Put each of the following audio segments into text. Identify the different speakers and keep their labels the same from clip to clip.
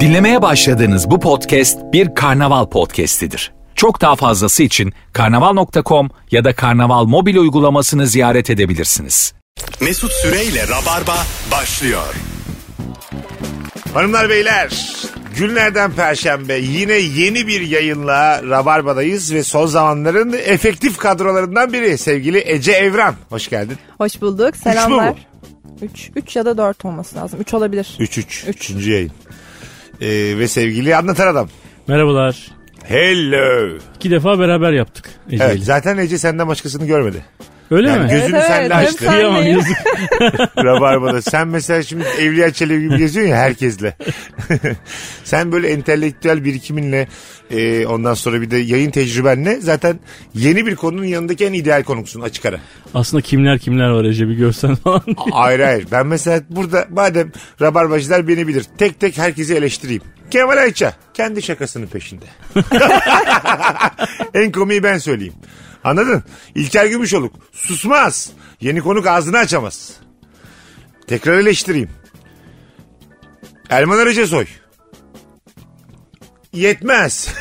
Speaker 1: Dinlemeye başladığınız bu podcast bir karnaval podcastidir. Çok daha fazlası için karnaval.com ya da karnaval mobil uygulamasını ziyaret edebilirsiniz.
Speaker 2: Mesut Süreyle Rabarba başlıyor.
Speaker 3: Hanımlar beyler günlerden perşembe yine yeni bir yayınla Rabarba'dayız ve son zamanların efektif kadrolarından biri sevgili Ece Evran. Hoş geldin.
Speaker 4: Hoş bulduk.
Speaker 3: mü
Speaker 4: Selamlar. 3 3 ya da 4 olması lazım. 3 olabilir.
Speaker 3: 3-3. 3. yayın. Ee, ve sevgili anlatan adam.
Speaker 5: Merhabalar.
Speaker 3: Hello.
Speaker 5: İki defa beraber yaptık Ece'yle.
Speaker 3: Evet zaten Ece senden başkasını görmedi.
Speaker 5: Öyle
Speaker 3: Yani
Speaker 5: mi?
Speaker 3: gözünü
Speaker 4: Evet,
Speaker 3: sen
Speaker 4: evet,
Speaker 3: de
Speaker 4: hep
Speaker 3: açtın.
Speaker 4: sen-
Speaker 5: Kıyamam,
Speaker 4: Aynen.
Speaker 5: yazık.
Speaker 3: Rabarba'da. Sen mesela şimdi Evliya Çelebi gibi geziyorsun ya herkesle. Sen böyle entelektüel birikiminle e, ondan sonra bir de yayın tecrübenle zaten yeni bir konunun yanındaki en ideal konuksun açık ara.
Speaker 5: Aslında kimler kimler var Ece bir görsen falan.
Speaker 3: Hayır hayır. Ben mesela burada madem rabarbacılar beni bilir. Tek tek herkesi eleştireyim. Kemal Ayça kendi şakasının peşinde. en komiği ben söyleyeyim. Anladın? İlker Gümüşoluk susmaz. Yeni konuk ağzını açamaz. Tekrar eleştireyim. Erman Arıcasoy. Yetmez.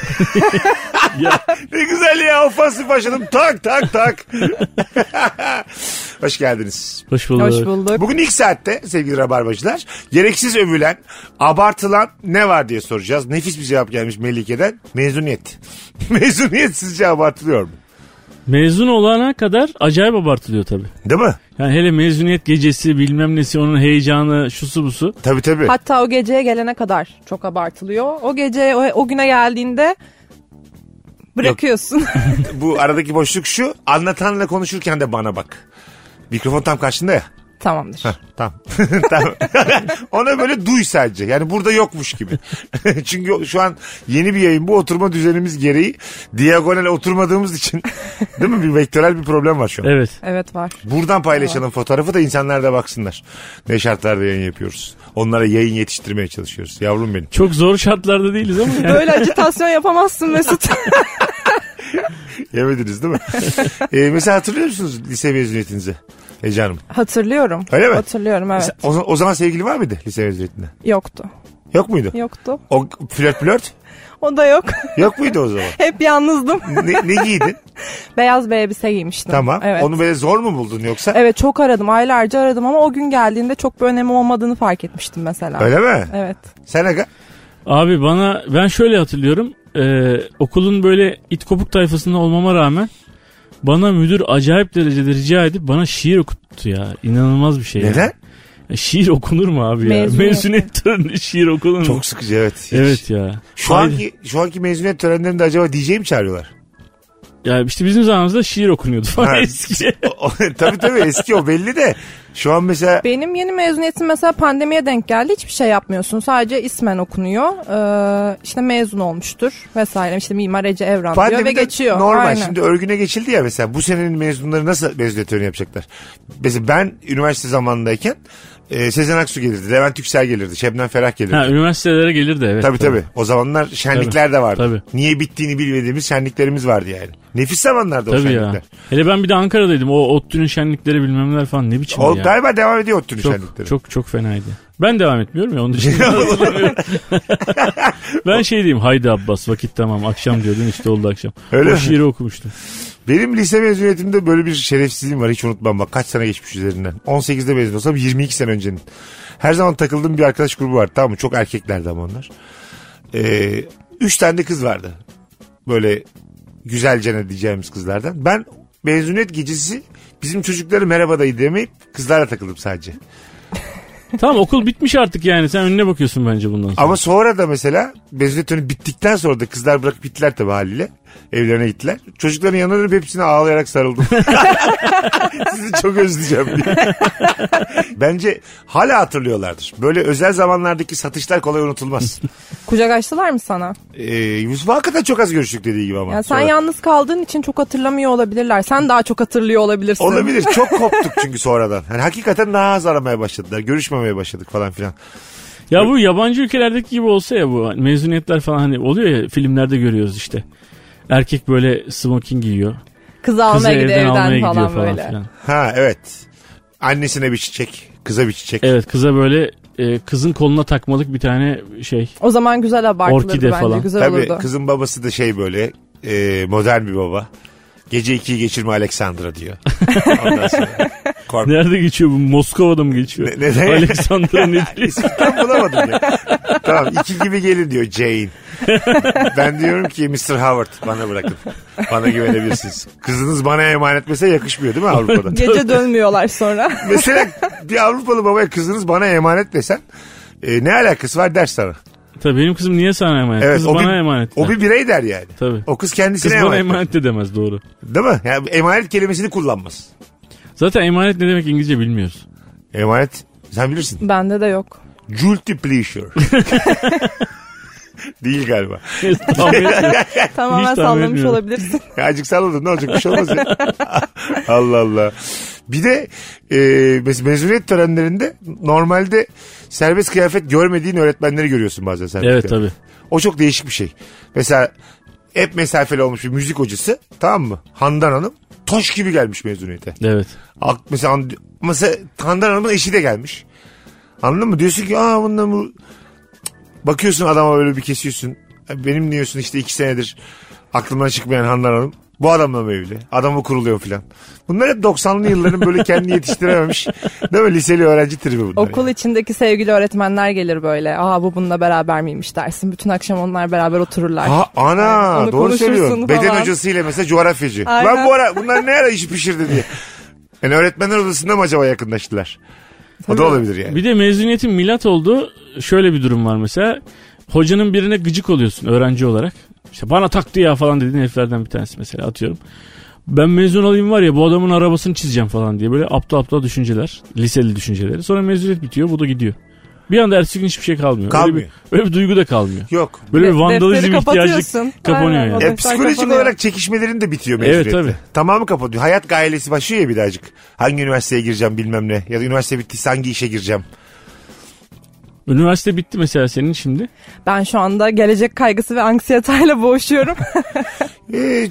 Speaker 3: ne güzel ya ofansif başladım. Tak tak tak. Hoş geldiniz.
Speaker 5: Hoş bulduk.
Speaker 4: Hoş bulduk.
Speaker 3: Bugün ilk saatte sevgili rabarbacılar gereksiz övülen, abartılan ne var diye soracağız. Nefis bir cevap gelmiş Melike'den. Mezuniyet. Mezuniyet sizce abartılıyor mu?
Speaker 5: Mezun olana kadar acayip abartılıyor tabii.
Speaker 3: Değil mi?
Speaker 5: Yani hele mezuniyet gecesi bilmem nesi onun heyecanı şusu busu.
Speaker 3: Tabii tabii.
Speaker 4: Hatta o geceye gelene kadar çok abartılıyor. O gece o, o güne geldiğinde bırakıyorsun.
Speaker 3: Bu aradaki boşluk şu. Anlatanla konuşurken de bana bak. Mikrofon tam karşında ya.
Speaker 4: Tamamdır.
Speaker 3: Tamam. tamam. Ona böyle duy sadece. Yani burada yokmuş gibi. Çünkü şu an yeni bir yayın. Bu oturma düzenimiz gereği diagonal oturmadığımız için değil mi? Bir vektörel bir problem var şu an.
Speaker 5: Evet.
Speaker 4: Evet var.
Speaker 3: Buradan paylaşalım fotoğrafı da insanlar da baksınlar. Ne şartlarda yayın yapıyoruz. Onlara yayın yetiştirmeye çalışıyoruz. Yavrum benim.
Speaker 5: Çok zor şartlarda değiliz ama yani.
Speaker 4: Böyle acitasyon yapamazsın Mesut.
Speaker 3: Yemediniz değil mi? Ee, mesela hatırlıyor musunuz lise mezuniyetinizi? Ece Hanım.
Speaker 4: Hatırlıyorum.
Speaker 3: Öyle mi?
Speaker 4: Hatırlıyorum evet.
Speaker 3: Mesela O, o zaman sevgili var mıydı lise mezuniyetinde?
Speaker 4: Yoktu.
Speaker 3: Yok muydu?
Speaker 4: Yoktu.
Speaker 3: O flört flört?
Speaker 4: O da yok.
Speaker 3: Yok muydu o zaman?
Speaker 4: Hep yalnızdım.
Speaker 3: Ne, ne giydin?
Speaker 4: Beyaz bir elbise giymiştim.
Speaker 3: Tamam.
Speaker 4: Evet.
Speaker 3: Onu böyle zor mu buldun yoksa?
Speaker 4: Evet çok aradım. Aylarca aradım ama o gün geldiğinde çok bir önemi olmadığını fark etmiştim mesela.
Speaker 3: Öyle mi?
Speaker 4: Evet.
Speaker 3: Sen Aga?
Speaker 5: Abi bana ben şöyle hatırlıyorum. Ee, okulun böyle it kopuk tayfasında olmama rağmen bana müdür acayip derecede rica edip bana şiir okuttu ya. İnanılmaz bir şey. ya.
Speaker 3: Neden?
Speaker 5: Ya şiir okunur mu abi ya?
Speaker 4: Mezuniyet.
Speaker 5: Mezuniyet töreninde şiir okunur mu?
Speaker 3: Çok sıkıcı evet. Hiç.
Speaker 5: Evet ya.
Speaker 3: Şu
Speaker 5: Haydi.
Speaker 3: anki, şu anki mezuniyet törenlerinde acaba DJ mi çağırıyorlar?
Speaker 5: Ya işte bizim zamanımızda şiir okunuyordu
Speaker 3: Ha.
Speaker 5: falan eski.
Speaker 3: O- tabii tabii eski o belli de. Şu an mesela
Speaker 4: Benim yeni mezuniyetim mesela pandemiye denk geldi. Hiçbir şey yapmıyorsun. Sadece ismen okunuyor. Ee, işte mezun olmuştur vesaire. İşte Mimar Ece Evran diyor
Speaker 3: Pandemi
Speaker 4: ve
Speaker 3: de
Speaker 4: geçiyor.
Speaker 3: Normal.
Speaker 4: Aynen.
Speaker 3: Şimdi örgüne geçildi ya mesela bu senenin mezunları nasıl mezuniyet töreni yapacaklar? Mesela ben üniversite zamanındayken e, Sezen Aksu gelirdi, Levent Yüksel gelirdi, Şebnem Ferah gelirdi.
Speaker 5: Ha, üniversitelere gelirdi evet.
Speaker 3: Tabii tabii. O zamanlar şenlikler de vardı.
Speaker 5: Tabii.
Speaker 3: Niye bittiğini bilmediğimiz şenliklerimiz vardı yani. Nefis zamanlardı o
Speaker 5: Tabii
Speaker 3: şenlikler.
Speaker 5: ya. Hele ben bir de Ankara'daydım. O ODTÜ'nün şenlikleri bilmemler falan ne biçim
Speaker 3: O,
Speaker 5: ya.
Speaker 3: Galiba devam ediyor Ottü'nün şenlikleri.
Speaker 5: çok, çok çok fenaydı. Ben devam etmiyorum ya onun dışında hatırlamıyorum. ben şey diyeyim haydi Abbas vakit tamam akşam diyordun işte oldu akşam.
Speaker 3: Öyle
Speaker 5: o
Speaker 3: mi?
Speaker 5: şiiri okumuştum.
Speaker 3: Benim lise mezuniyetimde böyle bir şerefsizliğim var hiç unutmam bak kaç sene geçmiş üzerinden. 18'de mezun olsam 22 sene öncenin. Her zaman takıldığım bir arkadaş grubu var tamam mı? Çok erkeklerdi ama onlar. Ee, üç tane de kız vardı. Böyle güzelce ne diyeceğimiz kızlardan. Ben mezuniyet gecesi bizim çocukları merhaba dayı demeyip kızlarla takıldım sadece.
Speaker 5: Tamam okul bitmiş artık yani sen önüne bakıyorsun bence bundan sonra.
Speaker 3: Ama sonra da mesela mezuniyet töreni bittikten sonra da kızlar bırakıp gittiler tabii haliyle. Evlerine gittiler. Çocukların yanına dönüp hepsine ağlayarak sarıldım. Sizi çok özleyeceğim diye. Bence hala hatırlıyorlardır. Böyle özel zamanlardaki satışlar kolay unutulmaz.
Speaker 4: Kucak açtılar mı sana?
Speaker 3: ee, Yusuf hakikaten çok az görüştük dediği gibi ama.
Speaker 4: Yani sen
Speaker 3: Sonra-
Speaker 4: yalnız kaldığın için çok hatırlamıyor olabilirler. Sen daha çok hatırlıyor olabilirsin.
Speaker 3: Olabilir. Çok koptuk çünkü sonradan. Hani hakikaten daha az aramaya başladılar. Görüşmemeye başladık falan filan.
Speaker 5: Ya bu yabancı ülkelerdeki gibi olsa ya bu mezuniyetler falan hani oluyor ya filmlerde görüyoruz işte. Erkek böyle smoking giyiyor.
Speaker 4: Kız almaya
Speaker 5: Kızı
Speaker 4: gidiyor
Speaker 5: evden
Speaker 4: evden,
Speaker 5: almaya
Speaker 4: falan,
Speaker 5: gidiyor falan
Speaker 4: böyle.
Speaker 5: filan.
Speaker 3: Ha evet. Annesine bir çiçek. Kıza bir çiçek.
Speaker 5: Evet kıza böyle e, kızın koluna takmalık bir tane şey.
Speaker 4: O zaman güzel abartılırdı
Speaker 5: Orkide
Speaker 4: bence.
Speaker 5: falan.
Speaker 4: Güzel
Speaker 3: Tabii
Speaker 4: olurdu.
Speaker 3: kızın babası da şey böyle e, modern bir baba. Gece ikiyi geçirme Alexandra diyor. Ondan sonra. Kork-
Speaker 5: Nerede geçiyor bu? Moskova'da mı geçiyor?
Speaker 3: Ne- neden?
Speaker 5: Alexandra ne diyor?
Speaker 3: Tam bulamadım diyor. tamam iki gibi gelin diyor Jane. ben diyorum ki Mr. Howard bana bırakın. Bana güvenebilirsiniz. Kızınız bana emanet mesela yakışmıyor değil mi Avrupa'da?
Speaker 4: Gece dönmüyorlar sonra.
Speaker 3: mesela bir Avrupalı babaya kızınız bana emanet desen e, ne alakası var der sana.
Speaker 5: Tabii benim kızım niye sana emanet?
Speaker 3: Evet,
Speaker 5: Kız
Speaker 3: o
Speaker 5: bana
Speaker 3: bir-
Speaker 5: emanet.
Speaker 3: O bir birey der yani.
Speaker 5: Tabii.
Speaker 3: O kız kendisine
Speaker 5: Kız bana
Speaker 3: emanet.
Speaker 5: emanet de demez doğru.
Speaker 3: Değil mi? Yani emanet kelimesini kullanmaz.
Speaker 5: Zaten emanet ne demek İngilizce bilmiyoruz.
Speaker 3: Emanet sen bilirsin.
Speaker 4: Bende de yok.
Speaker 3: Guilty pleasure. Değil galiba.
Speaker 5: Tahmin etmiyorum.
Speaker 4: Tamamen
Speaker 5: Hiç tahmin
Speaker 4: sallamış
Speaker 5: etmiyorum.
Speaker 4: olabilirsin.
Speaker 3: Ya Azıcık salladın ne olacak bir şey olmaz ya. Allah Allah. Bir de e, mes- mezuniyet törenlerinde normalde serbest kıyafet görmediğin öğretmenleri görüyorsun bazen serbest
Speaker 5: evet
Speaker 3: kıyafet.
Speaker 5: tabii.
Speaker 3: O çok değişik bir şey. Mesela hep mesafeli olmuş bir müzik hocası tamam mı? Handan Hanım toş gibi gelmiş mezuniyete.
Speaker 5: Evet.
Speaker 3: Ak- Mesela, an- mesela Handan Hanım'ın eşi de gelmiş. Anladın mı? Diyorsun ki aa bundan bu... Bakıyorsun adama böyle bir kesiyorsun. "E, Benim diyorsun işte iki senedir aklımdan çıkmayan Handan Hanım. Bu adamla mı evli? Adamı kuruluyor filan. Bunlar hep 90'lı yılların böyle kendini yetiştirememiş. Değil mi? Liseli öğrenci tribi bunlar.
Speaker 4: Okul içindeki sevgili öğretmenler gelir böyle. Aa bu bununla beraber miymiş dersin. Bütün akşam onlar beraber otururlar.
Speaker 3: Ha, ana doğru
Speaker 4: Onu konuşursun
Speaker 3: söylüyorsun. Beden
Speaker 4: falan.
Speaker 3: hocasıyla mesela coğrafyacı.
Speaker 4: Aynen.
Speaker 3: Lan bu ara bunlar ne ara işi pişirdi diye. Yani öğretmenler odasında mı acaba yakınlaştılar? O da olabilir yani.
Speaker 5: Bir de mezuniyetin milat olduğu şöyle bir durum var mesela. Hocanın birine gıcık oluyorsun öğrenci olarak. İşte bana taktı ya falan dediğin heriflerden bir tanesi mesela atıyorum. Ben mezun olayım var ya bu adamın arabasını çizeceğim falan diye böyle aptal aptal düşünceler. Liseli düşünceleri. Sonra mezuniyet bitiyor bu da gidiyor. Bir anda ertesi gün hiçbir şey kalmıyor.
Speaker 3: Kalmıyor.
Speaker 5: Öyle bir, öyle bir duygu da kalmıyor.
Speaker 3: Yok.
Speaker 5: Böyle bir
Speaker 4: De-
Speaker 5: vandalizm
Speaker 4: defteri
Speaker 5: ihtiyacı
Speaker 4: kapatıyorsun.
Speaker 5: kapanıyor
Speaker 4: Aynen,
Speaker 5: yani.
Speaker 4: o
Speaker 3: E,
Speaker 4: defter
Speaker 3: psikolojik
Speaker 4: kapanıyor.
Speaker 3: olarak çekişmelerin de bitiyor
Speaker 5: Evet,
Speaker 3: mezuniyette.
Speaker 5: tabii.
Speaker 3: Tamamı kapatıyor. Hayat gailesi başlıyor ya bir birazcık. Hangi üniversiteye gireceğim bilmem ne. Ya da üniversite bittiyse hangi işe gireceğim.
Speaker 5: Üniversite bitti mesela senin şimdi.
Speaker 4: Ben şu anda gelecek kaygısı ve anksiyetayla boğuşuyorum.
Speaker 3: E,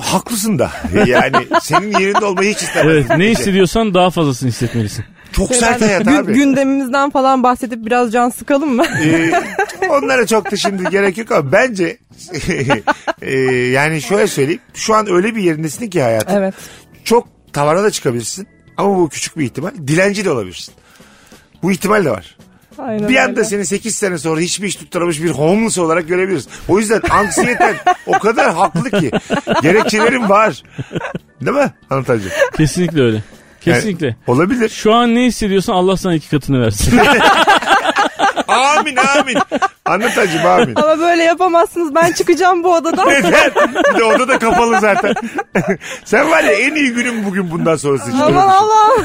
Speaker 3: haklısın da. E, Yani senin yerinde olmayı hiç istemem.
Speaker 5: Evet ne hissediyorsan daha fazlasını hissetmelisin.
Speaker 3: Çok sert hayat
Speaker 4: Gü-
Speaker 3: abi.
Speaker 4: Gündemimizden falan bahsedip biraz can sıkalım mı?
Speaker 3: Ee, onlara çok da şimdi gerek yok ama bence e, yani şöyle söyleyeyim. Şu an öyle bir yerindesin ki hayatın.
Speaker 4: evet.
Speaker 3: Çok tavana da çıkabilirsin ama bu küçük bir ihtimal. Dilenci de olabilirsin. Bu ihtimal de var.
Speaker 4: Aynen
Speaker 3: Bir anda
Speaker 4: öyle.
Speaker 3: seni 8 sene sonra hiçbir iş tutturamamış bir homeless olarak görebiliriz. O yüzden anksiyeten o kadar haklı ki. Gerekçelerim var. Değil mi hanımefendi?
Speaker 5: Kesinlikle öyle. Kesinlikle.
Speaker 3: Olabilir.
Speaker 5: Şu an ne hissediyorsan Allah sana iki katını versin.
Speaker 3: Amin amin. Hanımefendi amin.
Speaker 4: Ama böyle yapamazsınız ben çıkacağım bu odadan.
Speaker 3: Neden? Bir de oda da kapalı zaten. Sen var ya en iyi günün bugün bundan sonrası. için.
Speaker 4: Aman Allah'ım.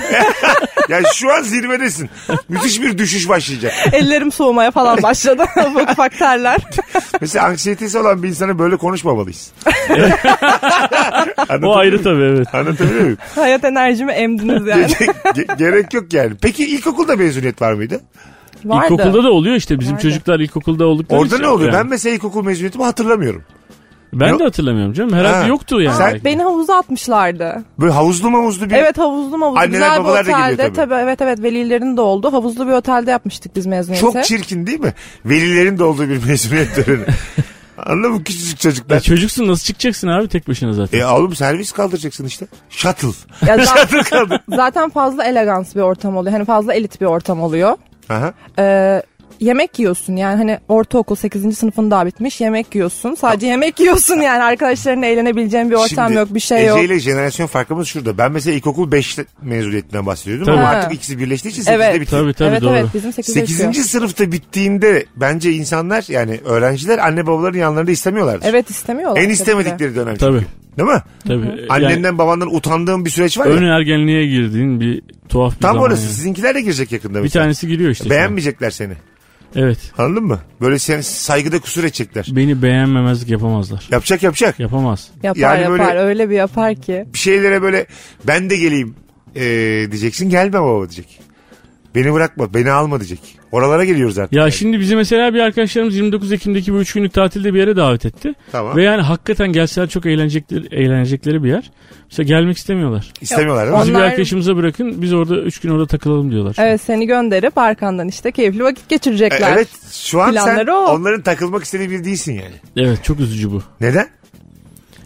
Speaker 3: Yani şu an zirvedesin. Müthiş bir düşüş başlayacak.
Speaker 4: Ellerim soğumaya falan başladı. ufak ufak terler.
Speaker 3: Mesela anksiyetesi olan bir insana böyle konuşmamalıyız. Anlatabiliyor
Speaker 5: o ayrı tabii evet.
Speaker 3: Anlatabiliyor muyum?
Speaker 4: Hayat enerjimi emdiniz yani.
Speaker 3: Ge- ge- Gerek yok yani. Peki ilkokulda mezuniyet var mıydı?
Speaker 4: Vardı.
Speaker 5: İlkokulda da oluyor işte bizim
Speaker 4: Vardı.
Speaker 5: çocuklar ilkokulda oldukları
Speaker 3: Orada
Speaker 5: için
Speaker 3: ne oluyor? Ben
Speaker 5: yani.
Speaker 3: mesela ilkokul mezuniyetimi hatırlamıyorum.
Speaker 5: Ben, de hatırlamıyorum canım. Herhalde
Speaker 3: Ha.
Speaker 5: yoktu yani.
Speaker 3: Sen-
Speaker 5: belki.
Speaker 4: Beni havuza atmışlardı.
Speaker 3: Böyle havuzlu mavuzlu bir...
Speaker 4: Evet havuzlu havuzlu.
Speaker 3: Anneler,
Speaker 4: Güzel bir
Speaker 3: babalar da
Speaker 4: otelde.
Speaker 3: geliyor tabii.
Speaker 4: tabii. evet evet velilerin de oldu. Havuzlu bir otelde yapmıştık biz mezuniyeti.
Speaker 3: Çok çirkin değil mi? Velilerin de olduğu bir mezuniyet töreni. Anladın mı? Küçücük
Speaker 5: Ya
Speaker 3: çocuklar.
Speaker 5: çocuksun nasıl çıkacaksın abi tek başına zaten.
Speaker 3: E oğlum servis kaldıracaksın işte. Shuttle.
Speaker 4: Ya zaten, zaten fazla elegans bir ortam oluyor. Hani fazla elit bir ortam oluyor.
Speaker 3: Aha.
Speaker 4: Ee, yemek yiyorsun yani hani ortaokul 8. sınıfın daha bitmiş yemek yiyorsun. Sadece yemek yiyorsun yani arkadaşlarınla eğlenebileceğin bir ortam
Speaker 3: Şimdi
Speaker 4: yok bir şey
Speaker 3: Ece
Speaker 4: yok.
Speaker 3: ile jenerasyon farkımız şurada. Ben mesela ilkokul 5 mezuniyetinden bahsediyordum ama
Speaker 5: Tabii.
Speaker 3: artık
Speaker 4: Ha.
Speaker 3: ikisi birleştiği için 8'de
Speaker 4: Evet.
Speaker 3: bitti.
Speaker 5: Tabii tabii
Speaker 4: evet
Speaker 5: doğru.
Speaker 4: evet bizim 8.
Speaker 3: 8. sınıfta bittiğinde bence insanlar yani öğrenciler anne babaların yanlarında istemiyorlardır.
Speaker 4: Evet istemiyorlar.
Speaker 3: En
Speaker 4: tabii ki.
Speaker 3: istemedikleri dönem. E, çünkü.
Speaker 5: Tabii.
Speaker 3: Değil mi?
Speaker 5: Tabii.
Speaker 3: Annenden
Speaker 5: E, Yani
Speaker 3: babandan utandığın bir süreç var ya.
Speaker 5: ön ergenliğe girdiğin bir tuhaf bir
Speaker 3: Tam
Speaker 5: zaman
Speaker 3: orası.
Speaker 5: yani.
Speaker 3: Sizinkiler de girecek yakında.
Speaker 5: Bir
Speaker 3: mesela.
Speaker 5: tanesi giriyor işte.
Speaker 3: Beğenmeyecekler seni.
Speaker 5: Evet.
Speaker 3: Anladın mı? Böyle sen saygıda kusur edecekler.
Speaker 5: Beni beğenmemezlik yapamazlar.
Speaker 3: Yapacak yapacak.
Speaker 5: Yapamaz.
Speaker 4: Yapar
Speaker 3: Yani böyle-
Speaker 4: yapar öyle bir yapar ki.
Speaker 3: e, Bir şeylere böyle ben de geleyim ee, diyeceksin. Gelme baba diyecek. Beni bırakma beni alma diyecek. Oralara geliyoruz artık.
Speaker 5: Ya şimdi bizi mesela bir arkadaşlarımız 29 Ekim'deki bu 3 günlük tatilde bir yere davet etti.
Speaker 3: Tamam.
Speaker 5: Ve yani hakikaten gelseler çok eğlenecekleri, eğlenecekleri bir yer. Mesela gelmek istemiyorlar.
Speaker 3: İstemiyorlar değil mi?
Speaker 5: Bizi bir
Speaker 4: Onlar-
Speaker 5: arkadaşımıza bırakın biz orada 3 gün orada takılalım diyorlar.
Speaker 4: Evet seni gönderip arkandan işte keyifli vakit
Speaker 3: E,
Speaker 4: geçirecekler.
Speaker 3: Evet şu an sen
Speaker 4: Planları o.
Speaker 3: onların takılmak istediği biri değilsin yani.
Speaker 5: Evet çok üzücü bu.
Speaker 3: Neden?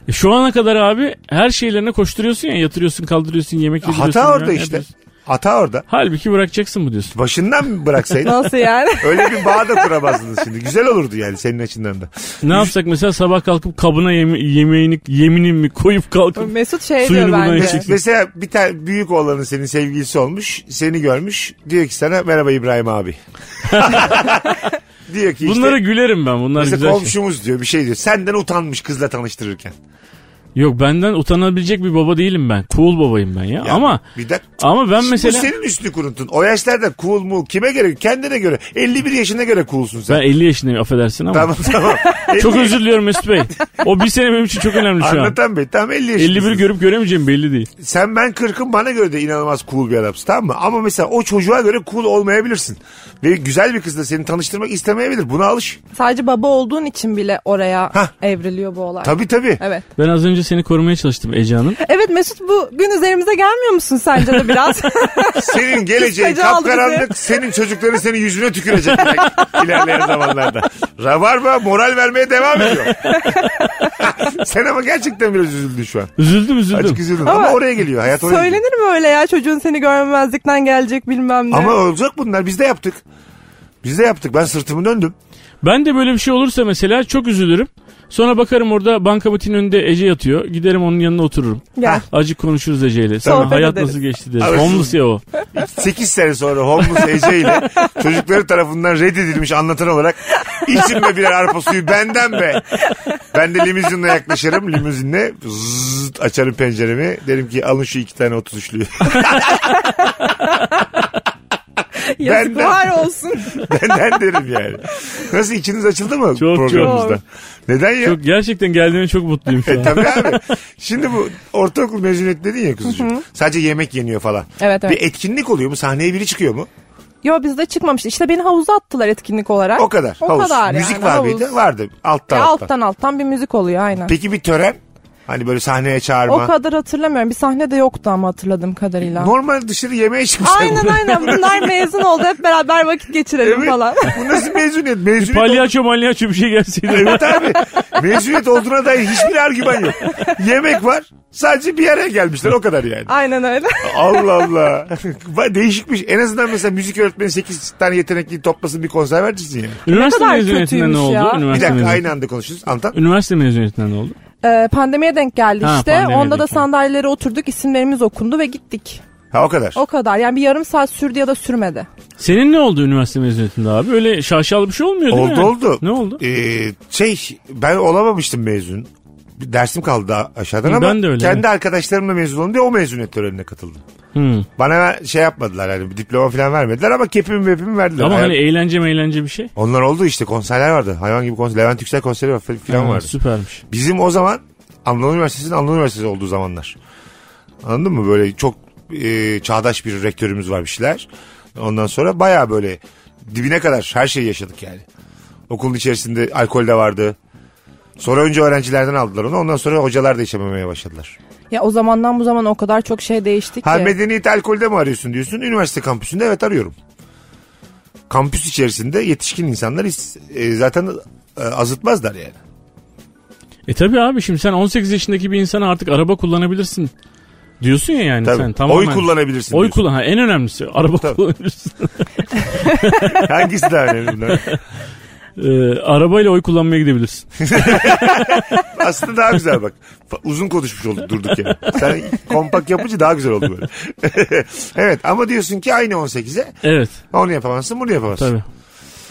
Speaker 5: E şu ana kadar abi her şeylerine koşturuyorsun ya yatırıyorsun kaldırıyorsun yemek
Speaker 3: Hata
Speaker 5: yediriyorsun. ya,
Speaker 3: orada işte.
Speaker 5: yapıyorsun.
Speaker 3: Hata orada.
Speaker 5: Halbuki bırakacaksın bu diyorsun.
Speaker 3: Başından mı bıraksaydın?
Speaker 4: Nasıl yani?
Speaker 3: Öyle bir bağ da kuramazdınız şimdi. Güzel olurdu yani senin açından da.
Speaker 5: Ne yapsak mesela sabah kalkıp kabına yeme- yemeğini yemini mi koyup kalkıp
Speaker 4: Mesut şey
Speaker 5: Suyunu
Speaker 4: diyor
Speaker 5: buradan
Speaker 4: bence.
Speaker 5: içeceksin.
Speaker 3: Mesela bir tane büyük oğlanın senin sevgilisi olmuş. Seni görmüş. Diyor ki sana merhaba İbrahim abi. diyor ki işte.
Speaker 5: Bunlara gülerim ben. Bunlar
Speaker 3: Mesela
Speaker 5: güzel şey.
Speaker 3: komşumuz diyor bir şey diyor. Senden utanmış kızla tanıştırırken.
Speaker 5: Yok benden utanabilecek bir baba değilim ben. Cool babayım ben ya.
Speaker 3: Ya
Speaker 5: ama
Speaker 3: bir dakika.
Speaker 5: ama ben
Speaker 3: Bu
Speaker 5: mesela
Speaker 3: senin üstü kuruntun. O yaşlarda cool mu? Kime göre? Kendine göre. 51 yaşına göre coolsun sen.
Speaker 5: ben 50 yaşındayım affedersin ama.
Speaker 3: Tamam tamam.
Speaker 5: Çok özür diliyorum Mesut Bey. O bir sene benim için çok önemli şu an.
Speaker 3: Anlatan Bey tamam 50 yaşındasın.
Speaker 5: 51 görüp göremeyeceğim belli değil.
Speaker 3: Sen ben 40'ım bana göre de inanılmaz cool bir adamsın tamam mı? Ama mesela o çocuğa göre cool olmayabilirsin. Ve güzel bir kızla seni tanıştırmak istemeyebilir. Buna alış.
Speaker 4: Sadece baba olduğun için bile oraya
Speaker 3: Hah.
Speaker 4: evriliyor bu olay.
Speaker 3: Tabii tabii.
Speaker 4: Evet.
Speaker 5: Ben az önce seni korumaya çalıştım Ece Hanım.
Speaker 4: Evet Mesut bu gün üzerimize gelmiyor musun sence de biraz?
Speaker 3: Senin geleceğin
Speaker 4: Kısaca aldı bizi.
Speaker 3: kapkaranlık. Senin çocukların senin yüzüne tükürecek demek ilerleyen zamanlarda. Rabarba moral vermeye devam ediyor. Sen ama gerçekten biraz üzüldün şu an.
Speaker 5: Üzüldüm üzüldüm.
Speaker 3: Azıcık üzüldün ama,
Speaker 4: Ama
Speaker 3: oraya geliyor. Hayat oraya geliyor.
Speaker 4: Söylenir mi öyle ya çocuğun seni görmemezlikten gelecek bilmem ne.
Speaker 3: Ama olacak bunlar. Biz de yaptık. Biz de yaptık. Ben sırtımı döndüm.
Speaker 5: Ben de böyle bir şey olursa mesela çok üzülürüm. Sonra bakarım orada bankamatiğin önünde Ece yatıyor. Giderim onun yanına otururum.
Speaker 4: Gel.
Speaker 5: Acık konuşuruz Ece'yle.
Speaker 4: Sohbet
Speaker 5: Sana hayat
Speaker 4: ederiz.
Speaker 5: nasıl geçti deriz.
Speaker 3: Arasın.
Speaker 5: Homeless ya o.
Speaker 3: 8 sene sonra Homeless Ece ile çocukları tarafından reddedilmiş anlatan olarak içim be birer arpa suyu benden be. Ben de limuzinle yaklaşırım. Limuzinle zzzzt açarım penceremi. Derim ki alın şu iki tane 33'lüyü.
Speaker 4: Yazıklar olsun.
Speaker 3: benden derim yani. Nasıl içiniz açıldı mı
Speaker 5: Çok,
Speaker 3: programımızda?
Speaker 4: çok.
Speaker 3: Neden ya?
Speaker 5: Çok, gerçekten geldiğime çok mutluyum şu
Speaker 3: E,
Speaker 5: an.
Speaker 3: tabii abi. Şimdi bu ortaokul mezuniyeti dedin ya kuzucuğum. Sadece yemek yeniyor falan.
Speaker 4: Evet, evet.
Speaker 3: Bir etkinlik oluyor mu? Sahneye biri çıkıyor mu?
Speaker 4: Yo bizde çıkmamıştı. İşte beni havuza attılar etkinlik olarak.
Speaker 3: O kadar.
Speaker 4: O
Speaker 3: Havuz.
Speaker 4: kadar
Speaker 3: Müzik
Speaker 4: yani.
Speaker 3: var
Speaker 4: havuz. E,
Speaker 3: mıydı? Vardı. Alttan
Speaker 4: Ya
Speaker 3: alttan.
Speaker 4: alttan alttan bir müzik oluyor aynen.
Speaker 3: Peki bir tören? Hani böyle sahneye çağırma.
Speaker 4: O kadar hatırlamıyorum. Bir sahne de yoktu ama hatırladığım kadarıyla.
Speaker 3: Normal dışarı yemeğe çıkmışlar.
Speaker 4: Aynen aynen. Bunlar mezun oldu. Hep beraber vakit geçirelim
Speaker 3: Evet.
Speaker 4: falan.
Speaker 3: Bu nasıl mezuniyet? Mezuniyet
Speaker 5: Palyaço malyaço bir şey gelseydi.
Speaker 3: Evet abi. Mezuniyet olduğuna dair hiçbir argüman yok. Yemek var. Sadece bir araya gelmişler o kadar yani.
Speaker 4: Aynen öyle.
Speaker 3: Allah Allah. Vay, Değişikmiş. En azından mesela müzik öğretmeni 8 tane yetenekli toplasın bir konser verirsin yani.
Speaker 5: Üniversite
Speaker 4: Ne kadar
Speaker 5: mezuniyetinde ne
Speaker 4: kötüymüş
Speaker 5: oldu?
Speaker 4: ya.
Speaker 5: Üniversite,
Speaker 3: Bir dakika
Speaker 5: mezun-
Speaker 3: aynı anda konuşuruz. Anlat.
Speaker 5: Üniversite mezuniyetinde ne oldu?
Speaker 4: Ee, pandemiye denk geldi
Speaker 5: Ha,
Speaker 4: işte.
Speaker 5: pandemiye
Speaker 4: Onda da
Speaker 5: denk geldi.
Speaker 4: sandalyelere oturduk. isimlerimiz okundu ve gittik.
Speaker 3: Ha o kadar.
Speaker 4: O kadar. Yani bir yarım saat sürdü ya da sürmedi.
Speaker 5: Senin ne oldu üniversite mezuniyetinde abi? Öyle şaşalı bir şey olmuyor değil mi?
Speaker 3: Oldu
Speaker 5: yani?
Speaker 3: oldu.
Speaker 5: Ne oldu?
Speaker 3: Ee, şey ben olamamıştım mezun. Bir dersim kaldı daha aşağıdan
Speaker 5: Ben
Speaker 3: ama
Speaker 5: de öyle,
Speaker 3: kendi
Speaker 5: evet.
Speaker 3: arkadaşlarımla mezun oldum diye o mezuniyet törenine katıldım.
Speaker 5: Hı.
Speaker 3: Bana ver- şey yapmadılar hani diploma falan vermediler ama kepimi mepimi verdiler.
Speaker 5: Ama
Speaker 3: Hayat-
Speaker 5: hani eğlence eğlence bir şey.
Speaker 3: Onlar oldu işte konserler vardı. Hayvan gibi konser. Levent Yüksel konseri var falan
Speaker 5: Ha,
Speaker 3: vardı.
Speaker 5: Süpermiş.
Speaker 3: Bizim o zaman Anadolu Üniversitesi'nin Anadolu Üniversitesi olduğu zamanlar. Anladın mı? Böyle çok e, çağdaş bir rektörümüz var bir şeyler. Ondan sonra baya böyle dibine kadar her şeyi yaşadık yani. Okulun içerisinde alkol de vardı. Sonra önce öğrencilerden aldılar onu. Ondan sonra hocalar da işememeye başladılar.
Speaker 4: Ya o zamandan bu zaman o kadar çok şey değişti ki.
Speaker 3: Ha medeniyet alkolde mi arıyorsun diyorsun. Üniversite kampüsünde evet arıyorum. Kampüs içerisinde yetişkin insanlar is- e, zaten e, azıtmazlar yani.
Speaker 5: E tabi abi şimdi sen 18 yaşındaki bir insana artık araba kullanabilirsin. Diyorsun ya yani
Speaker 3: Tabii.
Speaker 5: sen tamamen.
Speaker 3: Oy kullanabilirsin.
Speaker 5: Oy
Speaker 3: diyorsun.
Speaker 5: kullan. Ha, en önemlisi araba
Speaker 3: Tabii.
Speaker 5: kullanabilirsin.
Speaker 3: Hangisi daha önemli? bunlar?
Speaker 5: Ee, arabayla oy kullanmaya gidebilirsin.
Speaker 3: Aslında daha güzel bak. Fa- Uzun konuşmuş olduk durduk ya. Sen kompak yapınca daha güzel oldu böyle. evet ama diyorsun ki aynı 18'e
Speaker 5: Evet
Speaker 3: onu yapamazsın bunu yapamazsın.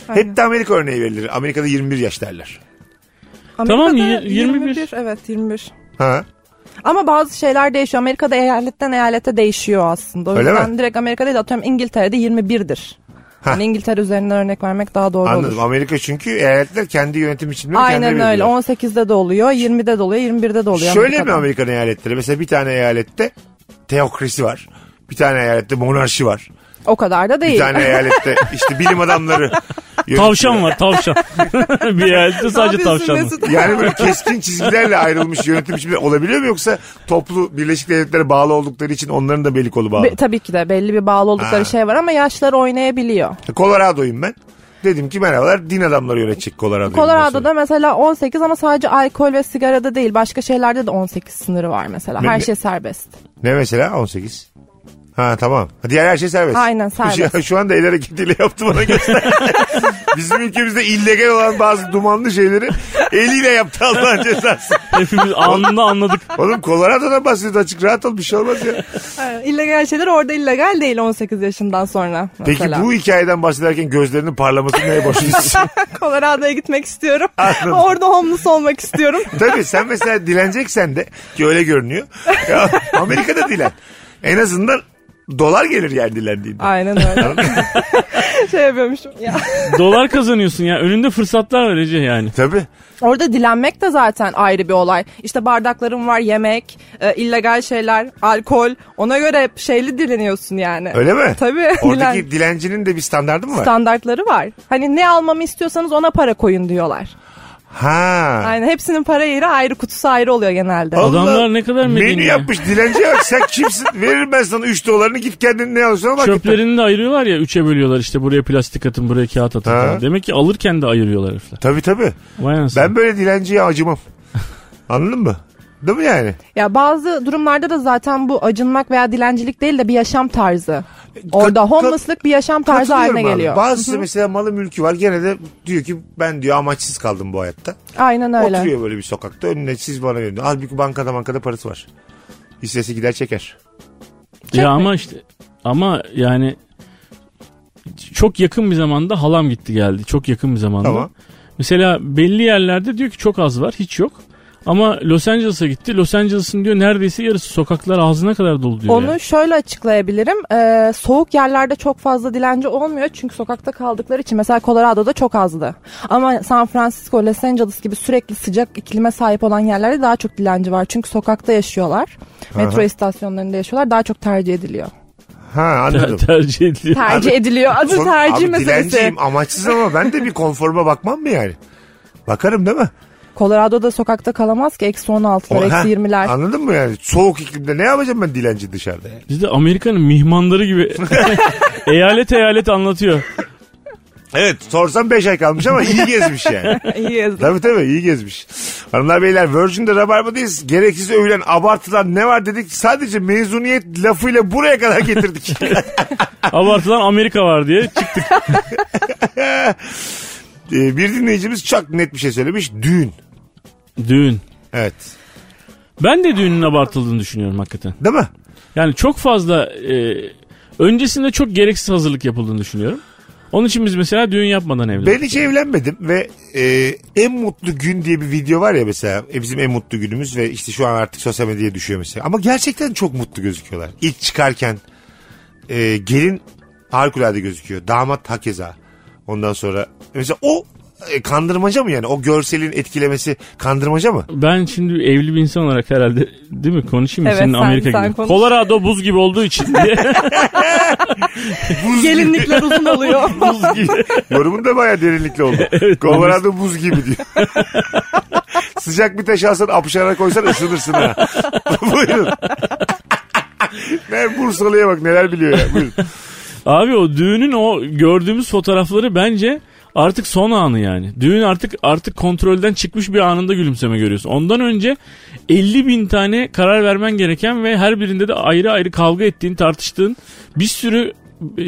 Speaker 5: tabi.
Speaker 3: Hep de Amerika örneği verilir. Amerika'da 21 yaş derler.
Speaker 4: Amerika'da
Speaker 5: Tamam, y- 21.
Speaker 4: Evet 21.
Speaker 3: Ha.
Speaker 4: Ama bazı şeyler değişiyor. Amerika'da eyaletten eyalete değişiyor aslında. O
Speaker 3: Öyle
Speaker 4: yüzden
Speaker 3: mi?
Speaker 4: direkt Amerika değil atıyorum İngiltere'de 21'dir. Yani İngiltere üzerinden örnek vermek daha doğru
Speaker 3: Anladım.
Speaker 4: olur.
Speaker 3: Amerika çünkü eyaletler kendi yönetim için
Speaker 4: Aynen öyle. 18'de de oluyor, 20'de de oluyor, 21'de de oluyor.
Speaker 3: Şöyle mi
Speaker 4: Amerika'da.
Speaker 3: Amerikan eyaletleri? Mesela bir tane eyalette teokrasi var. Bir tane eyalette monarşi var.
Speaker 4: O kadar da
Speaker 3: Bir
Speaker 4: değil.
Speaker 3: tane eyalette işte bilim adamları. yönetiyor.
Speaker 5: Tavşan var tavşan. bir yerde sadece tavşan var.
Speaker 3: Yani böyle keskin çizgilerle ayrılmış yönetim biçimleri olabiliyor mu yoksa toplu Birleşik Devletler'e bağlı oldukları için onların da beli kolu bağlı?
Speaker 4: Be- tabii ki de belli bir bağlı oldukları
Speaker 3: Ha.
Speaker 4: şey var ama yaşlar oynayabiliyor.
Speaker 3: Colorado'yum ben. Dedim ki merhabalar din adamları yönetecek Colorado'yu.
Speaker 4: Colorado'da mesela 18 ama sadece alkol ve sigarada değil başka şeylerde de 18 sınırı var mesela.
Speaker 3: Ne-
Speaker 4: Her
Speaker 3: ne-
Speaker 4: şey serbest.
Speaker 3: Ne mesela 18? Ha tamam. Diğer her şey serbest.
Speaker 4: Aynen, serbest.
Speaker 3: Şu, şu anda el hareketiyle yaptı bana göster. Bizim ülkemizde illegal olan bazı dumanlı şeyleri eliyle yaptı Allah'ın cezası.
Speaker 5: Hepimiz anında anladık.
Speaker 3: Oğlum Colorado'dan bahsediyoruz açık rahat ol bir şey olmaz ya.
Speaker 4: illegal şeyler orada illegal değil 18 yaşından sonra
Speaker 3: Peki bu hikayeden bahsederken gözlerinin parlamasını neye borçluyuz?
Speaker 4: Colorado'ya gitmek istiyorum. orada homeless olmak istiyorum.
Speaker 3: Tabii sen mesela dileneceksen de ki öyle görünüyor. Ya, Amerika'da dilen. En azından dolar gelir yani dilendiğinde.
Speaker 4: Aynen öyle. şey yapıyormuşum. Ya.
Speaker 5: Dolar kazanıyorsun ya. Önünde fırsatlar var Ece yani.
Speaker 3: Tabii.
Speaker 4: Orada dilenmek de zaten ayrı bir olay. İşte bardaklarım var, yemek, e, illegal şeyler, alkol. Ona göre hep şeyli dileniyorsun yani.
Speaker 3: Öyle mi?
Speaker 4: Tabii.
Speaker 3: Oradaki
Speaker 4: dilen-
Speaker 3: dilencinin de bir standardı mı var?
Speaker 4: standartları var. Hani ne almamı istiyorsanız ona para koyun diyorlar.
Speaker 3: ha.
Speaker 4: Aynen hepsinin para yeri ayrı, kutusu ayrı oluyor genelde.
Speaker 3: Allah,
Speaker 5: Adamlar ne kadar medeni
Speaker 3: Menü
Speaker 5: ya.
Speaker 3: yapmış dilenci bak sen kimsin? Veririm ben sana 3 dolarını git kendin ne alırsan bak.
Speaker 5: Çöplerini de ayırıyorlar ya. Üçe bölüyorlar işte. Buraya plastik atın, buraya kağıt atın.
Speaker 3: Ha.
Speaker 5: falan. Demek ki alırken de ayırıyorlar herifler.
Speaker 3: Tabii tabii.
Speaker 5: Vay anasını.
Speaker 3: Ben böyle dilenciye acımam. Anladın mı? Değil mi yani?
Speaker 4: Ya bazı durumlarda da zaten bu acınmak veya dilencilik değil de bir yaşam tarzı. Orada
Speaker 3: Kat-
Speaker 4: homeless'lık bir yaşam tarzı
Speaker 3: Katılıyorum
Speaker 4: haline
Speaker 3: abi.
Speaker 4: geliyor.
Speaker 3: Bazısı mesela malı mülkü var gene de diyor ki ben diyor amaçsız kaldım bu hayatta.
Speaker 4: Aynen öyle.
Speaker 3: Oturuyor böyle bir sokakta önüne siz bana verin. Halbuki bankada bankada parası var. İstese gider çeker.
Speaker 5: Ya ama işte ama yani çok yakın bir zamanda halam gitti geldi. Çok yakın bir zamanda.
Speaker 3: Tamam.
Speaker 5: Mesela belli yerlerde diyor ki çok az var, hiç yok. Ama Los Angeles'a gitti. Los Angeles'ın diyor neredeyse yarısı sokaklar ağzına kadar dolu diyor.
Speaker 4: Onu
Speaker 5: yani.
Speaker 4: şöyle açıklayabilirim. Ee, soğuk yerlerde çok fazla dilenci olmuyor çünkü sokakta kaldıkları için. Mesela Colorado'da çok azdı. Ama San Francisco, Los Angeles gibi sürekli sıcak iklime sahip olan yerlerde daha çok dilenci var. Çünkü sokakta yaşıyorlar. Metro istasyonlarında yaşıyorlar. Daha çok tercih ediliyor.
Speaker 3: Ha anladım.
Speaker 5: Ter- tercih ediliyor.
Speaker 4: Tercih ediliyor. Adı
Speaker 3: Son-
Speaker 4: tercih
Speaker 3: abi
Speaker 4: meselesi.
Speaker 3: dilenciyim amaçsız ama ben de bir konforma bakmam mı yani? Bakarım değil mi?
Speaker 4: Colorado'da sokakta kalamaz ki. Eksi 16'lar,
Speaker 3: Ha,
Speaker 4: eksi 20'ler.
Speaker 3: Anladın mı yani? Soğuk iklimde ne yapacağım ben dilenci dışarıda? yani?
Speaker 5: Biz de Amerika'nın mihmanları gibi eyalet eyalet anlatıyor.
Speaker 3: Evet sorsam 5 ay kalmış ama iyi gezmiş yani.
Speaker 4: İyi yazık.
Speaker 3: tabii tabii iyi gezmiş. Hanımlar beyler Virgin'de Rabarba'dayız. Gereksiz övülen abartılan ne var dedik. Sadece mezuniyet lafıyla buraya kadar getirdik.
Speaker 5: Abartılan Amerika var diye. Çık-
Speaker 3: Ee, bir dinleyicimiz çok net bir şey söylemiş. Düğün.
Speaker 5: Düğün.
Speaker 3: Evet.
Speaker 5: Ben de düğünün abartıldığını düşünüyorum hakikaten.
Speaker 3: Değil mi?
Speaker 5: Yani çok fazla e, öncesinde çok gereksiz hazırlık yapıldığını düşünüyorum. Onun için biz mesela düğün yapmadan evlendik.
Speaker 3: Ben hiç evlenmedim ve e, en mutlu gün diye bir video var ya mesela e, bizim en mutlu günümüz ve işte şu an artık sosyal medyaya düşüyor mesela. Ama gerçekten çok mutlu gözüküyorlar. İlk çıkarken e, gelin harikulade gözüküyor. Damat hakeza. Ondan sonra mesela o e, kandırmaca mı yani? O görselin etkilemesi kandırmaca mı?
Speaker 5: Ben şimdi evli bir insan olarak herhalde değil mi konuşayım mı
Speaker 4: Evet,
Speaker 5: senin
Speaker 4: sen-
Speaker 5: Amerika
Speaker 4: sen
Speaker 5: gibi.
Speaker 4: konuş.
Speaker 5: Colorado buz gibi olduğu için diye.
Speaker 3: Buz gibi.
Speaker 4: Gelinlikler uzun oluyor.
Speaker 3: buz gibi. Yorumun da bayağı derinlikli oldu. Colorado buz gibi diyor. Sıcak bir taş alsan apışana koysan ısınırsın ha. Buyurun. Ben Bursalı'ya bak neler biliyor ya. Buyurun.
Speaker 5: Abi o düğünün o gördüğümüz fotoğrafları bence artık son anı yani. Düğün artık artık kontrolden çıkmış bir anında gülümseme görüyorsun. Ondan önce 50 bin tane karar vermen gereken ve her birinde de ayrı ayrı kavga ettiğin, tartıştığın bir sürü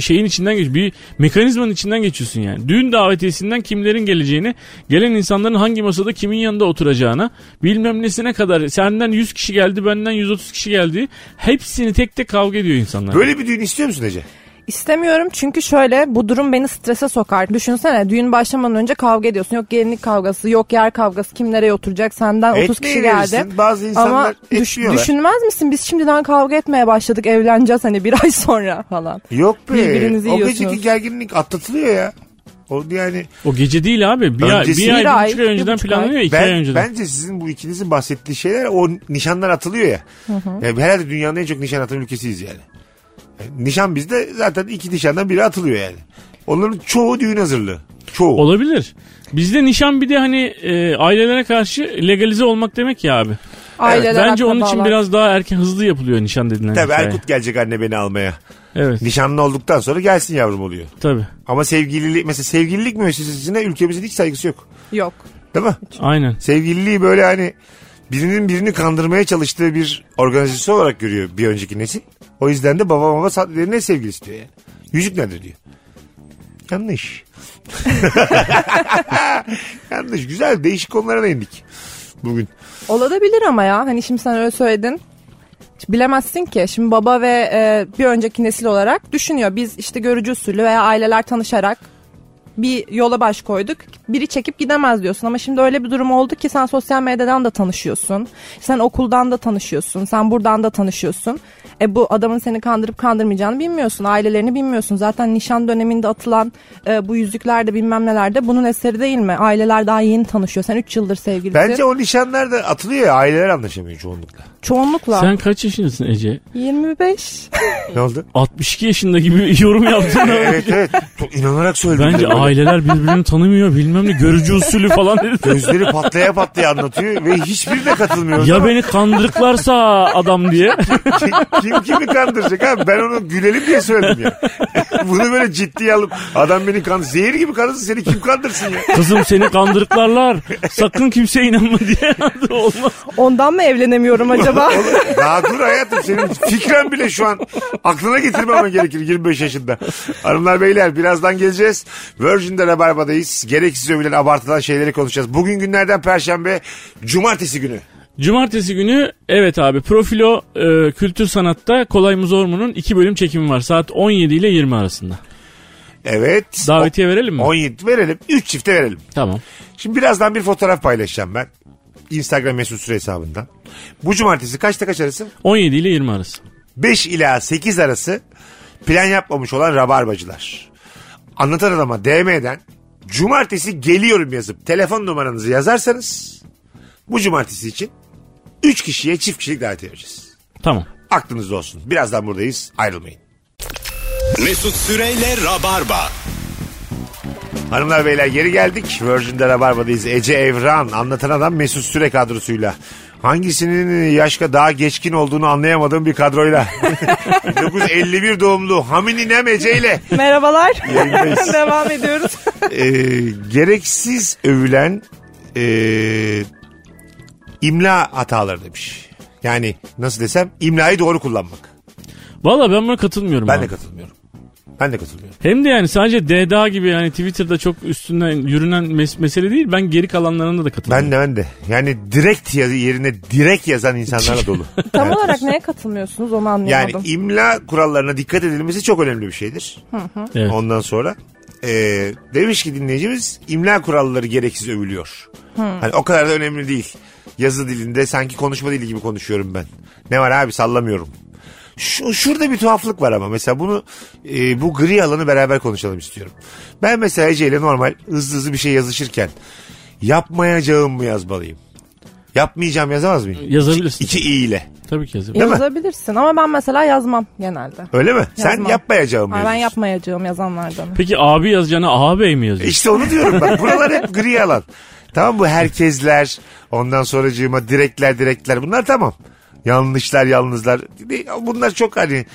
Speaker 5: şeyin içinden geç, bir mekanizmanın içinden geçiyorsun yani. Düğün davetiyesinden kimlerin geleceğini, gelen insanların hangi masada kimin yanında oturacağına, bilmem nesine kadar senden 100 kişi geldi, benden 130 kişi geldi. Hepsini tek tek kavga ediyor insanlar.
Speaker 3: Böyle bir düğün istiyor musun Ece?
Speaker 4: İstemiyorum çünkü şöyle bu durum beni strese sokar. Düşünsene düğün başlamadan önce kavga ediyorsun. Yok gelinlik kavgası, yok yer kavgası, kim nereye oturacak senden 30
Speaker 3: Ekmeği
Speaker 4: kişi geldi.
Speaker 3: verirsin, bazı insanlar
Speaker 4: Ama düş-
Speaker 3: etmiyorlar.
Speaker 4: düşünmez misin biz şimdiden kavga etmeye başladık evleneceğiz hani bir ay sonra falan.
Speaker 3: Yok be.
Speaker 4: Birbirinizi
Speaker 3: o geceki
Speaker 4: yiyorsunuz.
Speaker 3: gerginlik atlatılıyor ya. O yani
Speaker 5: O gece değil abi. Bir ay,
Speaker 3: Öncesi-
Speaker 5: bir ay,
Speaker 4: Bir
Speaker 5: bir
Speaker 4: ay,
Speaker 5: buçuk
Speaker 4: bir
Speaker 5: ay önceden
Speaker 4: buçuk
Speaker 5: planlanıyor. iki ay
Speaker 3: ben,
Speaker 5: önceden.
Speaker 3: bence sizin bu ikinizin bahsettiği şeyler o nişanlar atılıyor ya. Yani herhalde dünyanın en çok nişan atan ülkesiyiz yani. Yani nişan bizde zaten iki nişandan biri atılıyor yani. Onların çoğu düğün hazırlığı. Çoğu.
Speaker 5: Olabilir. Bizde nişan bir de hani e, ailelere karşı legalize olmak demek ya abi.
Speaker 4: Aileler
Speaker 5: Bence onun için
Speaker 4: akrabalar.
Speaker 5: biraz daha erken hızlı yapılıyor nişan dediğin
Speaker 3: Tabii
Speaker 5: hikaye.
Speaker 3: Erkut gelecek anne beni almaya.
Speaker 5: Evet
Speaker 3: Nişanlı olduktan sonra gelsin yavrum oluyor.
Speaker 5: tabii.
Speaker 3: Ama sevgililik mesela sevgililik müessesesine ülkemizin hiç saygısı yok.
Speaker 4: Yok.
Speaker 3: Değil mi?
Speaker 5: Aynen.
Speaker 3: Sevgililiği böyle hani birinin birini kandırmaya çalıştığı bir organizasyon olarak görüyor bir önceki nesil. O yüzden de baba baba saatlerine sevgilisi diyor yani. Yüzük nedir diyor. Yanlış. Yanlış. Güzel değişik konulara değindik bugün.
Speaker 4: Olabilir ama ya. Hani şimdi sen öyle söyledin. Bilemezsin ki. Şimdi baba ve e, bir önceki nesil olarak düşünüyor. Biz işte görücü usulü veya aileler tanışarak bir yola baş koyduk. Biri çekip gidemez diyorsun ama şimdi öyle bir durum oldu ki sen sosyal medyadan da tanışıyorsun. Sen okuldan da tanışıyorsun. Sen buradan da tanışıyorsun. E bu adamın seni kandırıp kandırmayacağını bilmiyorsun. Ailelerini bilmiyorsun. Zaten nişan döneminde atılan e, bu yüzüklerde bilmem nelerde bunun eseri değil mi? Aileler daha yeni tanışıyor. Sen 3 yıldır sevgilisin.
Speaker 3: Bence o nişanlar da atılıyor ya aileler anlaşamıyor çoğunlukla.
Speaker 4: Çoğunlukla.
Speaker 5: Sen kaç yaşındasın Ece?
Speaker 4: 25.
Speaker 3: Ne oldu?
Speaker 5: 62 yaşında gibi yorum yaptın.
Speaker 3: evet evet. Çok inanarak söyledim.
Speaker 5: Bence
Speaker 3: Böyle
Speaker 5: aileler birbirini tanımıyor bilmem ne görücü usulü falan dedi.
Speaker 3: Gözleri patlaya patlaya anlatıyor ve hiçbirine katılmıyor.
Speaker 5: ya beni kandırıklarsa adam diye.
Speaker 3: Kim kimi kandıracak abi? Ben onu gülelim diye söyledim ya. Bunu böyle ciddiye alıp adam beni kandır. Zehir gibi kandırsın seni kim kandırsın ya?
Speaker 5: Kızım seni kandırıklarlar. Sakın kimseye inanma diye. Olmaz.
Speaker 4: Ondan mı evlenemiyorum acaba?
Speaker 3: Daha dur hayatım senin fikren bile şu an aklına getirmemen gerekir 25 yaşında. Hanımlar beyler birazdan geleceğiz. Virgin'de Rabarba'dayız. Gereksiz övülen abartılan şeyleri konuşacağız. Bugün günlerden perşembe cumartesi günü.
Speaker 5: Cumartesi günü evet abi Profilo e, Kültür Sanat'ta Kolay mı Zor mu'nun iki bölüm çekimi var. Saat 17 ile 20 arasında.
Speaker 3: Evet.
Speaker 5: Davetiye verelim mi?
Speaker 3: 17 verelim. 3 çifte verelim.
Speaker 5: Tamam.
Speaker 3: Şimdi birazdan bir fotoğraf paylaşacağım ben. Instagram mesut süre hesabından. Bu cumartesi kaçta kaç arası?
Speaker 5: 17 ile 20 arası.
Speaker 3: 5 ila 8 arası plan yapmamış olan rabarbacılar. Anlatan adama DM'den cumartesi geliyorum yazıp telefon numaranızı yazarsanız bu cumartesi için 3 kişiye çift kişilik davet vereceğiz.
Speaker 5: Tamam.
Speaker 3: Aklınızda olsun. Birazdan buradayız. Ayrılmayın.
Speaker 2: Mesut Süreyle Rabarba.
Speaker 3: Hanımlar beyler geri geldik. Virgin'de Rabarba'dayız. Ece Evran anlatan adam Mesut Süre kadrosuyla. Hangisinin yaşka daha geçkin olduğunu anlayamadığım bir kadroyla. 1951 doğumlu Hamini Nem Ece ile
Speaker 4: Merhabalar.
Speaker 3: Yayındayız.
Speaker 4: Devam ediyoruz.
Speaker 3: e, gereksiz övülen e, imla hataları demiş. Yani nasıl desem imlayı doğru kullanmak.
Speaker 5: Valla ben buna katılmıyorum.
Speaker 3: Ben
Speaker 5: abi.
Speaker 3: de katılmıyorum. Ben de katılmıyorum.
Speaker 5: Hem de yani sadece DDA gibi yani Twitter'da çok üstünden yürünen mes- mesele değil. Ben geri kalanlarına da katılıyorum.
Speaker 3: Ben de ben de. Yani direkt yazı yerine direkt yazan insanlarla dolu.
Speaker 4: Tam olarak neye katılmıyorsunuz onu
Speaker 3: Yani
Speaker 4: anlayamadım.
Speaker 3: imla kurallarına dikkat edilmesi çok önemli bir şeydir.
Speaker 5: Evet.
Speaker 3: Ondan sonra e, demiş ki dinleyicimiz imla kuralları gereksiz övülüyor. Hani o kadar da önemli değil. Yazı dilinde sanki konuşma dili gibi konuşuyorum ben. Ne var abi sallamıyorum. Şu, şurada bir tuhaflık var ama mesela bunu e, bu gri alanı beraber konuşalım istiyorum. Ben mesela Ece ile normal hızlı hızlı bir şey yazışırken yapmayacağım mı yazmalıyım? Yapmayacağım yazamaz mıyım?
Speaker 5: Yazabilirsin.
Speaker 3: İki i ile.
Speaker 5: Tabii ki yazabilirsin.
Speaker 3: Değil mi?
Speaker 4: Yazabilirsin ama ben mesela yazmam genelde.
Speaker 3: Öyle mi? Sen
Speaker 4: Yazmam.
Speaker 3: yapmayacağım mı
Speaker 4: Hayır, ben
Speaker 3: yazıyorsun?
Speaker 4: yapmayacağım yazanlardan.
Speaker 5: Peki abi yazacağına ağabey mi yazıyorsun?
Speaker 3: İşte onu diyorum bak. Buralar hep gri alan. Tamam bu herkesler, ondan sonracığıma direkler direkler bunlar tamam. Yanlışlar yalnızlar. Bunlar çok hani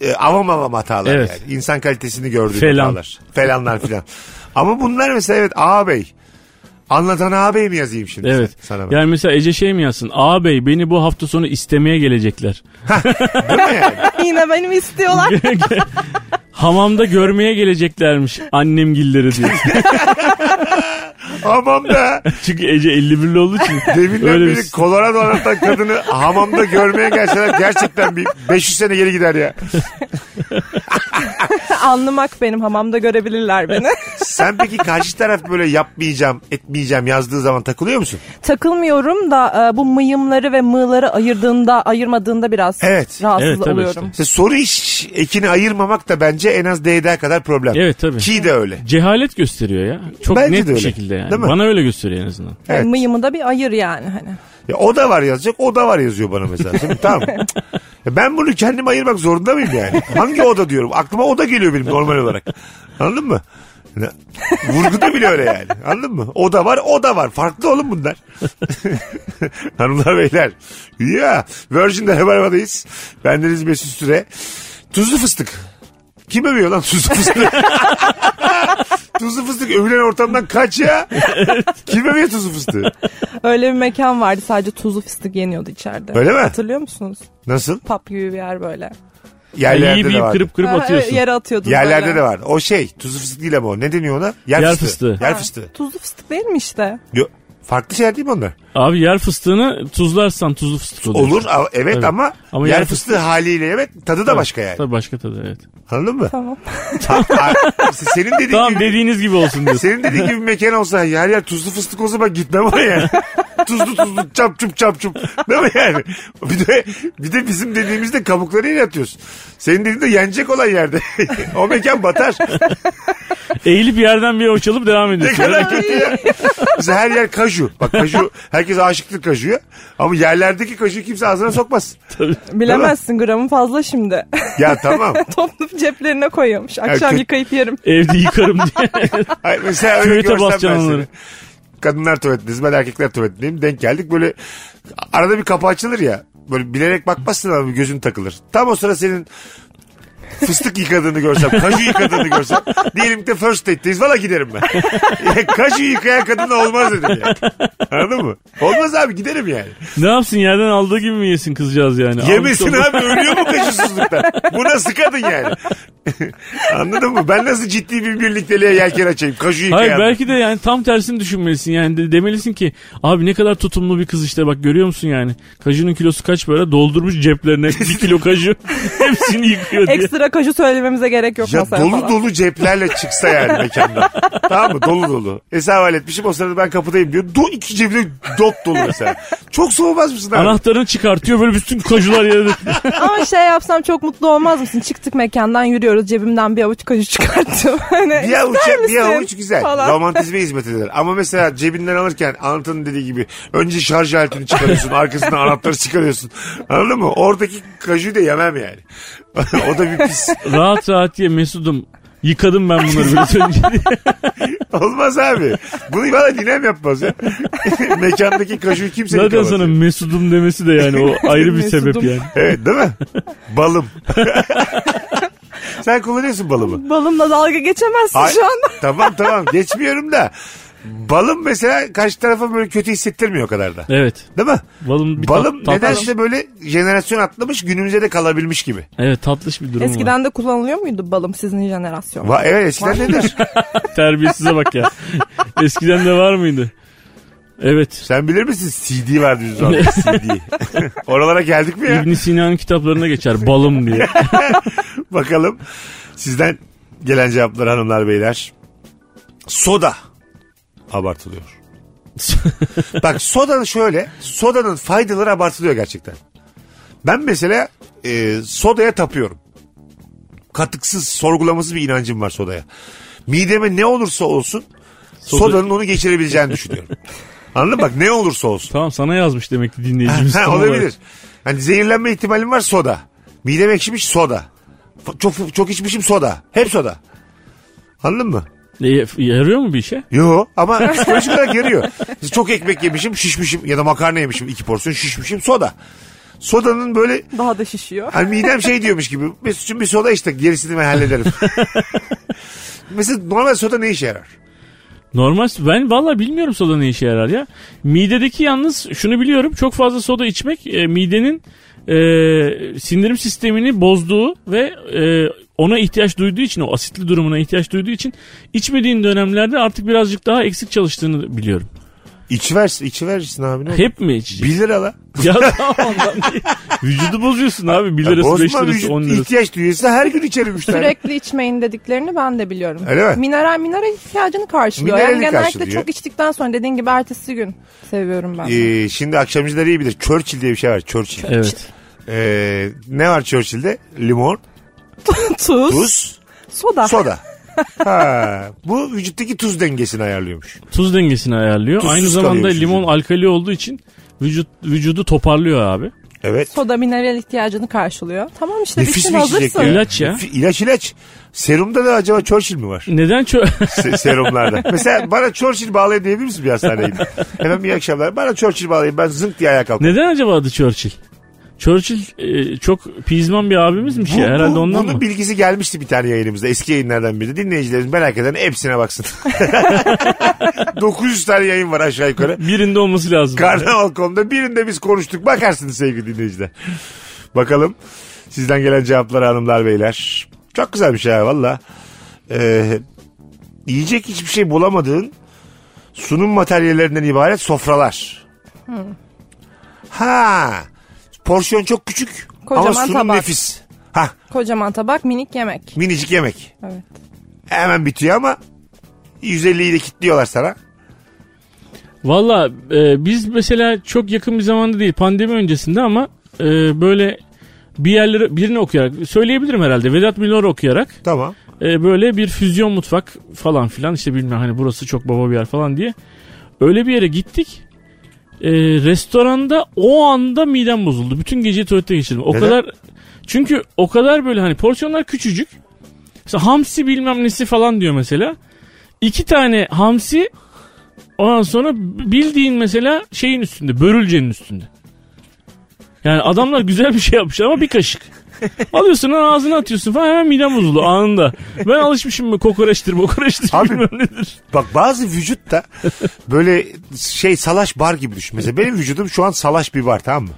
Speaker 3: e, avam avam hatalar
Speaker 5: Evet.
Speaker 3: yani. İnsan kalitesini gördüğü
Speaker 5: Felan.
Speaker 3: hatalar. Felanlar filan. Ama bunlar mesela evet ağabey. Anlatan ağabey mi yazayım şimdi
Speaker 5: Evet.
Speaker 3: sen- sana? ben?
Speaker 5: Yani mesela Ece şey mi yazsın? Ağabey beni bu hafta sonu istemeye gelecekler.
Speaker 3: Değil mi yani?
Speaker 4: Yine benim istiyorlar.
Speaker 5: Hamamda görmeye geleceklermiş annemgilleri diyor.
Speaker 3: Aman da.
Speaker 5: Çünkü Ece 51'li olduğu için
Speaker 3: Deminden
Speaker 5: öyle
Speaker 3: beri
Speaker 5: bir...
Speaker 3: Colorado anlatan kadını hamamda görmeye gelseler gerçekten bir 500 sene geri gider ya.
Speaker 4: Anlamak benim hamamda görebilirler beni.
Speaker 3: Sen peki karşı taraf böyle yapmayacağım, etmeyeceğim yazdığı zaman takılıyor musun?
Speaker 4: Takılmıyorum da e, bu mıyımları ve mığları ayırdığında ayırmadığında biraz
Speaker 3: Evet.
Speaker 4: rahatsız
Speaker 5: Evet, tabii
Speaker 4: oluyorum.
Speaker 3: İşte soru iş ekini ayırmamak da bence en az DDA kadar problem.
Speaker 5: Evet, tabii.
Speaker 3: Ki de öyle.
Speaker 5: Cehalet gösteriyor ya. Çok
Speaker 3: Bence
Speaker 5: net
Speaker 3: de
Speaker 5: bir
Speaker 3: öyle.
Speaker 5: şekilde yani.
Speaker 3: Değil mi?
Speaker 5: Bana öyle gösteriyor en azından.
Speaker 3: Evet.
Speaker 4: E, Yani mıyımı da bir ayır yani hani.
Speaker 3: Ya o da var yazacak, o da var yazıyor bana mesela. Şimdi tamam. Ya Ben bunu kendime ayırmak zorunda mıyım yani? Hangi oda diyorum? Aklıma oda geliyor benim normal olarak. Anladın mı? Ne- Vurguda bile öyle yani. Anladın mı? Oda var, oda var. Farklı oğlum bunlar. Hanımlar beyler. Ya Virgin'de Rabarba'dayız. Bendeniz Mesut Süre. Tuzlu fıstık. Kim övüyor lan tuzlu fıstık? tuzlu fıstık övülen ortamdan kaç ya. Kim övüyor tuzlu fıstığı?
Speaker 4: Öyle bir mekan vardı sadece tuzlu fıstık yeniyordu içeride.
Speaker 3: Öyle mi?
Speaker 4: Hatırlıyor musunuz?
Speaker 3: Nasıl?
Speaker 4: Pap gibi bir yer böyle.
Speaker 5: Yani
Speaker 3: Yerlerde
Speaker 5: yiyip
Speaker 3: de
Speaker 5: yiyip
Speaker 3: var.
Speaker 5: kırıp kırıp
Speaker 4: Ha, evet,
Speaker 5: atıyorsun.
Speaker 4: Yere atıyordun
Speaker 3: Yerlerde
Speaker 4: böyle.
Speaker 3: de var. O şey tuzlu fıstık değil ama o. Ne deniyor ona? Yer,
Speaker 5: Yer
Speaker 3: fıstığı.
Speaker 5: fıstığı.
Speaker 3: Yer
Speaker 4: Ha,
Speaker 3: fıstığı.
Speaker 4: Tuzlu fıstık değil mi işte?
Speaker 3: Yo- farklı şeyler değil mi onlar?
Speaker 5: Abi yer fıstığını tuzlarsan tuzlu fıstık oluyor.
Speaker 3: Olur a- evet
Speaker 5: Evet.
Speaker 3: ama,
Speaker 5: Ama
Speaker 3: yer
Speaker 5: yer
Speaker 3: fıstığı, haliyle evet tadı da başka yani.
Speaker 5: Tabii başka tadı evet.
Speaker 3: Anladın mı?
Speaker 4: Tamam.
Speaker 3: Ha- ha- senin dediğin
Speaker 5: Tamam
Speaker 3: gibi,
Speaker 5: dediğiniz gibi olsun diyorsun.
Speaker 3: senin dediğin gibi bir mekan olsa yer yer tuzlu fıstık olsa ben gitmem oraya. tuzlu tuzlu çap çup çap çup. Değil mi yani? Bir de bir de bizim dediğimizde kabuklarıyla atıyorsun. Senin dediğin de yenecek olan yerde. o mekan batar.
Speaker 5: Eğilip yerden bir avuç alıp devam
Speaker 3: Ne
Speaker 5: ediyorsun.
Speaker 3: kadar kötü ya. Mesela her yer kaju. Bak kaju herkes aşıktır kajuya. Ama yerlerdeki kaju kimse ağzına sokmaz.
Speaker 4: Bilemezsin gramı fazla şimdi.
Speaker 3: Ya tamam.
Speaker 4: Toplu ceplerine koyuyormuş. Akşam
Speaker 3: kö-
Speaker 4: yıkayıp yerim.
Speaker 5: Evde yıkarım diye.
Speaker 3: Hayır, mesela öyle
Speaker 5: Tuvalete
Speaker 3: görsem ben
Speaker 5: basacaksın
Speaker 3: seni.
Speaker 5: onları.
Speaker 3: Kadınlar tuvaletiniz ben erkekler tuvaletindeyim. Denk geldik böyle arada bir kapı açılır ya. Böyle bilerek bakmazsın ama gözün takılır. Tam o sıra senin fıstık yıkadığını görsem, kaju yıkadığını görsem. Diyelim ki de first date'teyiz. Valla giderim ben. Ya, kaju yıkayan kadınla olmaz dedim yani. Anladın mı? Olmaz abi giderim yani.
Speaker 5: ne yapsın yerden aldığı gibi mi yesin kızcağız yani? Almış
Speaker 3: Yemesin
Speaker 5: oldu.
Speaker 3: abi ölüyor mu kaşısızlıktan? Bu nasıl kadın yani? Anladın mı? Ben nasıl ciddi bir birlikteliğe yelken açayım? Kaşu
Speaker 5: Hayır
Speaker 3: yıkayan.
Speaker 5: belki de yani tam tersini düşünmelisin yani de, demelisin ki abi ne kadar tutumlu bir kız işte bak görüyor musun yani kajunun kilosu kaç böyle doldurmuş ceplerine bir kilo kaju hepsini yıkıyor diye.
Speaker 4: Ekstra kaju söylememize gerek yok
Speaker 3: Ya
Speaker 4: masaya
Speaker 3: dolu
Speaker 4: falan.
Speaker 3: dolu ceplerle çıksa yani mekandan. tamam mı? Dolu dolu. Hesap etmişim o sırada ben kapıdayım diyor. Do iki cebine dop dolu mesela. Çok soğumaz mısın abi?
Speaker 5: Anahtarını çıkartıyor böyle bütün kajular yere
Speaker 4: Ama şey yapsam çok mutlu olmaz mısın? Çıktık mekandan yürüyoruz cebimden bir avuç kaju çıkarttım. Hani
Speaker 3: Bir avuç,
Speaker 4: ister
Speaker 3: bir
Speaker 4: misin?
Speaker 3: avuç güzel.
Speaker 4: Falan.
Speaker 3: Romantizme hizmet eder. Ama mesela cebinden alırken Anıt'ın dediği gibi önce şarj aletini çıkarıyorsun. arkasından anahtarı çıkarıyorsun. Anladın mı? Oradaki kajuyu da yemem yani. o da bir pis.
Speaker 5: rahat rahat ye Mesut'um yıkadım ben bunları biraz önce diye.
Speaker 3: Olmaz abi. Bunu bana dinem yapmaz ya. Mekandaki kaşığı kimse
Speaker 5: Zaten
Speaker 3: yıkamaz.
Speaker 5: sana Mesut'um demesi de yani o ayrı bir sebep
Speaker 4: Mesut'um.
Speaker 5: yani.
Speaker 3: Evet değil mi? Balım. Sen kullanıyorsun balımı.
Speaker 4: Balımla dalga geçemezsin
Speaker 3: Ay-
Speaker 4: şu anda.
Speaker 3: tamam tamam geçmiyorum da. Balım mesela karşı tarafa böyle kötü hissettirmiyor o kadar da.
Speaker 5: Evet.
Speaker 3: Değil mi?
Speaker 5: Balım bir tat-
Speaker 3: Balım
Speaker 5: tatlış.
Speaker 3: nedense böyle jenerasyon atlamış günümüze de kalabilmiş gibi.
Speaker 5: Evet tatlış bir durum var.
Speaker 4: Eskiden de kullanılıyor muydu balım sizin jenerasyonda?
Speaker 3: Va evet eskiden nedir?
Speaker 5: Terbiyesize bak ya. Eskiden de var mıydı? Evet.
Speaker 3: Sen bilir misin CD vardı biz zamanında, CD. Oralara geldik mi ya?
Speaker 5: ibn Sina'nın kitaplarına geçer balım diye.
Speaker 3: Bakalım sizden gelen cevaplar hanımlar beyler. Soda abartılıyor. Bak sodanın şöyle sodanın faydaları abartılıyor gerçekten. Ben mesela e, sodaya tapıyorum. Katıksız sorgulaması bir inancım var sodaya. Mideme ne olursa olsun
Speaker 5: Soda-
Speaker 3: sodanın onu geçirebileceğini düşünüyorum. Anladın mı? Bak ne olursa olsun.
Speaker 5: Tamam sana yazmış demek ki dinleyicimiz.
Speaker 3: Ha,
Speaker 5: tam olarak.
Speaker 3: olabilir. Hani zehirlenme ihtimalim var soda. Midem ekşimiş soda. F- Çok çok içmişim soda. Hep soda. Anladın mı?
Speaker 5: E, yarıyor mu bir işe?
Speaker 3: Yo ama psikolojik olarak yarıyor. Çok ekmek yemişim şişmişim ya da makarna yemişim iki porsiyon şişmişim soda. Sodanın böyle
Speaker 4: Daha da şişiyor.
Speaker 3: hani midem şey diyormuş gibi Mesut'cum bir soda işte gerisini ben hallederim. Mesela normal soda ne işe yarar?
Speaker 5: Normal ben valla bilmiyorum soda ne işe yarar ya. Midedeki yalnız şunu biliyorum çok fazla soda içmek e, midenin e, sindirim sistemini bozduğu ve e, ona ihtiyaç duyduğu için o asitli durumuna ihtiyaç duyduğu için içmediğin dönemlerde artık birazcık daha eksik çalıştığını biliyorum.
Speaker 3: İçiver, içiversin abi ne olur.
Speaker 5: Hep mi içeceksin?
Speaker 3: 1 lira la.
Speaker 5: ya tamam ondan değil. Vücudu bozuyorsun abi 1
Speaker 3: Ya
Speaker 5: lirası 5
Speaker 3: Bozma
Speaker 5: lirası 10
Speaker 3: vücut
Speaker 5: lirası.
Speaker 3: ihtiyaç duyuyorsa her gün içerim üç tane.
Speaker 4: Sürekli içmeyin dediklerini ben de biliyorum.
Speaker 3: Öyle mi?
Speaker 4: Mineral mineral ihtiyacını karşılıyor.
Speaker 3: Mineralini
Speaker 4: yani genellikle
Speaker 3: karşılıyor.
Speaker 4: çok içtikten sonra dediğin gibi ertesi gün seviyorum ben.
Speaker 3: Ee, şimdi akşamcılar iyi bilir. Churchill diye bir şey var. Churchill.
Speaker 5: Evet.
Speaker 3: Ee, ne var Churchill'de? Limon,
Speaker 4: tuz,
Speaker 3: tuz,
Speaker 4: soda.
Speaker 3: soda. Ha, bu vücuttaki tuz dengesini ayarlıyormuş.
Speaker 5: Tuz dengesini ayarlıyor.
Speaker 3: Tuzsuz
Speaker 5: Aynı zamanda
Speaker 3: kalıyor
Speaker 5: limon
Speaker 3: vücudu.
Speaker 5: alkali olduğu için vücut vücudu toparlıyor abi.
Speaker 3: Evet.
Speaker 4: Soda mineral ihtiyacını karşılıyor. Tamam işte
Speaker 3: Nefis
Speaker 4: bittin
Speaker 3: bir içecek
Speaker 4: hazırsın.
Speaker 3: ya.
Speaker 5: İlaç ya.
Speaker 3: Fi- İlaç ilaç. Serumda da acaba Churchill mi var?
Speaker 5: Neden çö-
Speaker 3: Se- serumlarda. Mesela bana Churchill bağlayın diyebilir misin bir hastaneye? Hemen bir akşamlar. Bana Churchill bağlayın ben zınk diye ayağa kalktım.
Speaker 5: Neden acaba adı Churchill? Churchill e, çok pizman bir abimizmiş
Speaker 3: Bu-
Speaker 5: ya şey, herhalde
Speaker 3: bu-
Speaker 5: ondan
Speaker 3: bunun
Speaker 5: mı?
Speaker 3: bilgisi gelmişti bir tane yayınımızda. Eski yayınlardan biri. Dinleyicilerimiz merak eden hepsine baksın. 900 tane yayın var aşağı yukarı.
Speaker 5: Birinde olması lazım.
Speaker 3: Karnaval.com'da birinde biz konuştuk. Bakarsınız sevgili dinleyiciler. Bakalım sizden gelen cevaplar hanımlar beyler. Çok güzel bir şey valla. Ee, yiyecek hiçbir şey bulamadığın sunum materyallerinden ibaret sofralar. Ha, porsiyon çok küçük
Speaker 4: Kocaman
Speaker 3: ama sunum
Speaker 4: tabak.
Speaker 3: nefis. Ha,
Speaker 4: Kocaman tabak minik yemek.
Speaker 3: minicik yemek.
Speaker 4: Evet.
Speaker 3: Hemen bitiyor ama 150'yi de kilitliyorlar sana.
Speaker 5: Valla e, biz mesela çok yakın bir zamanda değil pandemi öncesinde ama e, böyle bir yerlere birini okuyarak söyleyebilirim herhalde Vedat Milor okuyarak
Speaker 3: Tamam.
Speaker 5: e, böyle bir füzyon mutfak falan filan işte bilmem hani burası çok baba bir yer falan diye öyle bir yere gittik. E, restoranda o anda midem bozuldu. Bütün geceyi tuvalette geçirdim. O
Speaker 3: Neden?
Speaker 5: kadar çünkü o kadar böyle hani porsiyonlar küçücük. Mesela hamsi bilmem nesi falan diyor mesela. İki tane hamsi ondan sonra bildiğin mesela şeyin üstünde börülcenin üstünde. Yani adamlar güzel bir şey yapmışlar ama bir kaşık. Alıyorsun lan ağzına atıyorsun falan hemen midem bozuldu anında. Ben alışmışım mı kokoreçtir mokoreçtir
Speaker 3: Abi-
Speaker 5: bilmem nedir.
Speaker 3: Bak bazı vücut da böyle şey salaş bar gibi düşün. Mesela benim vücudum şu an salaş bir bar tamam mı?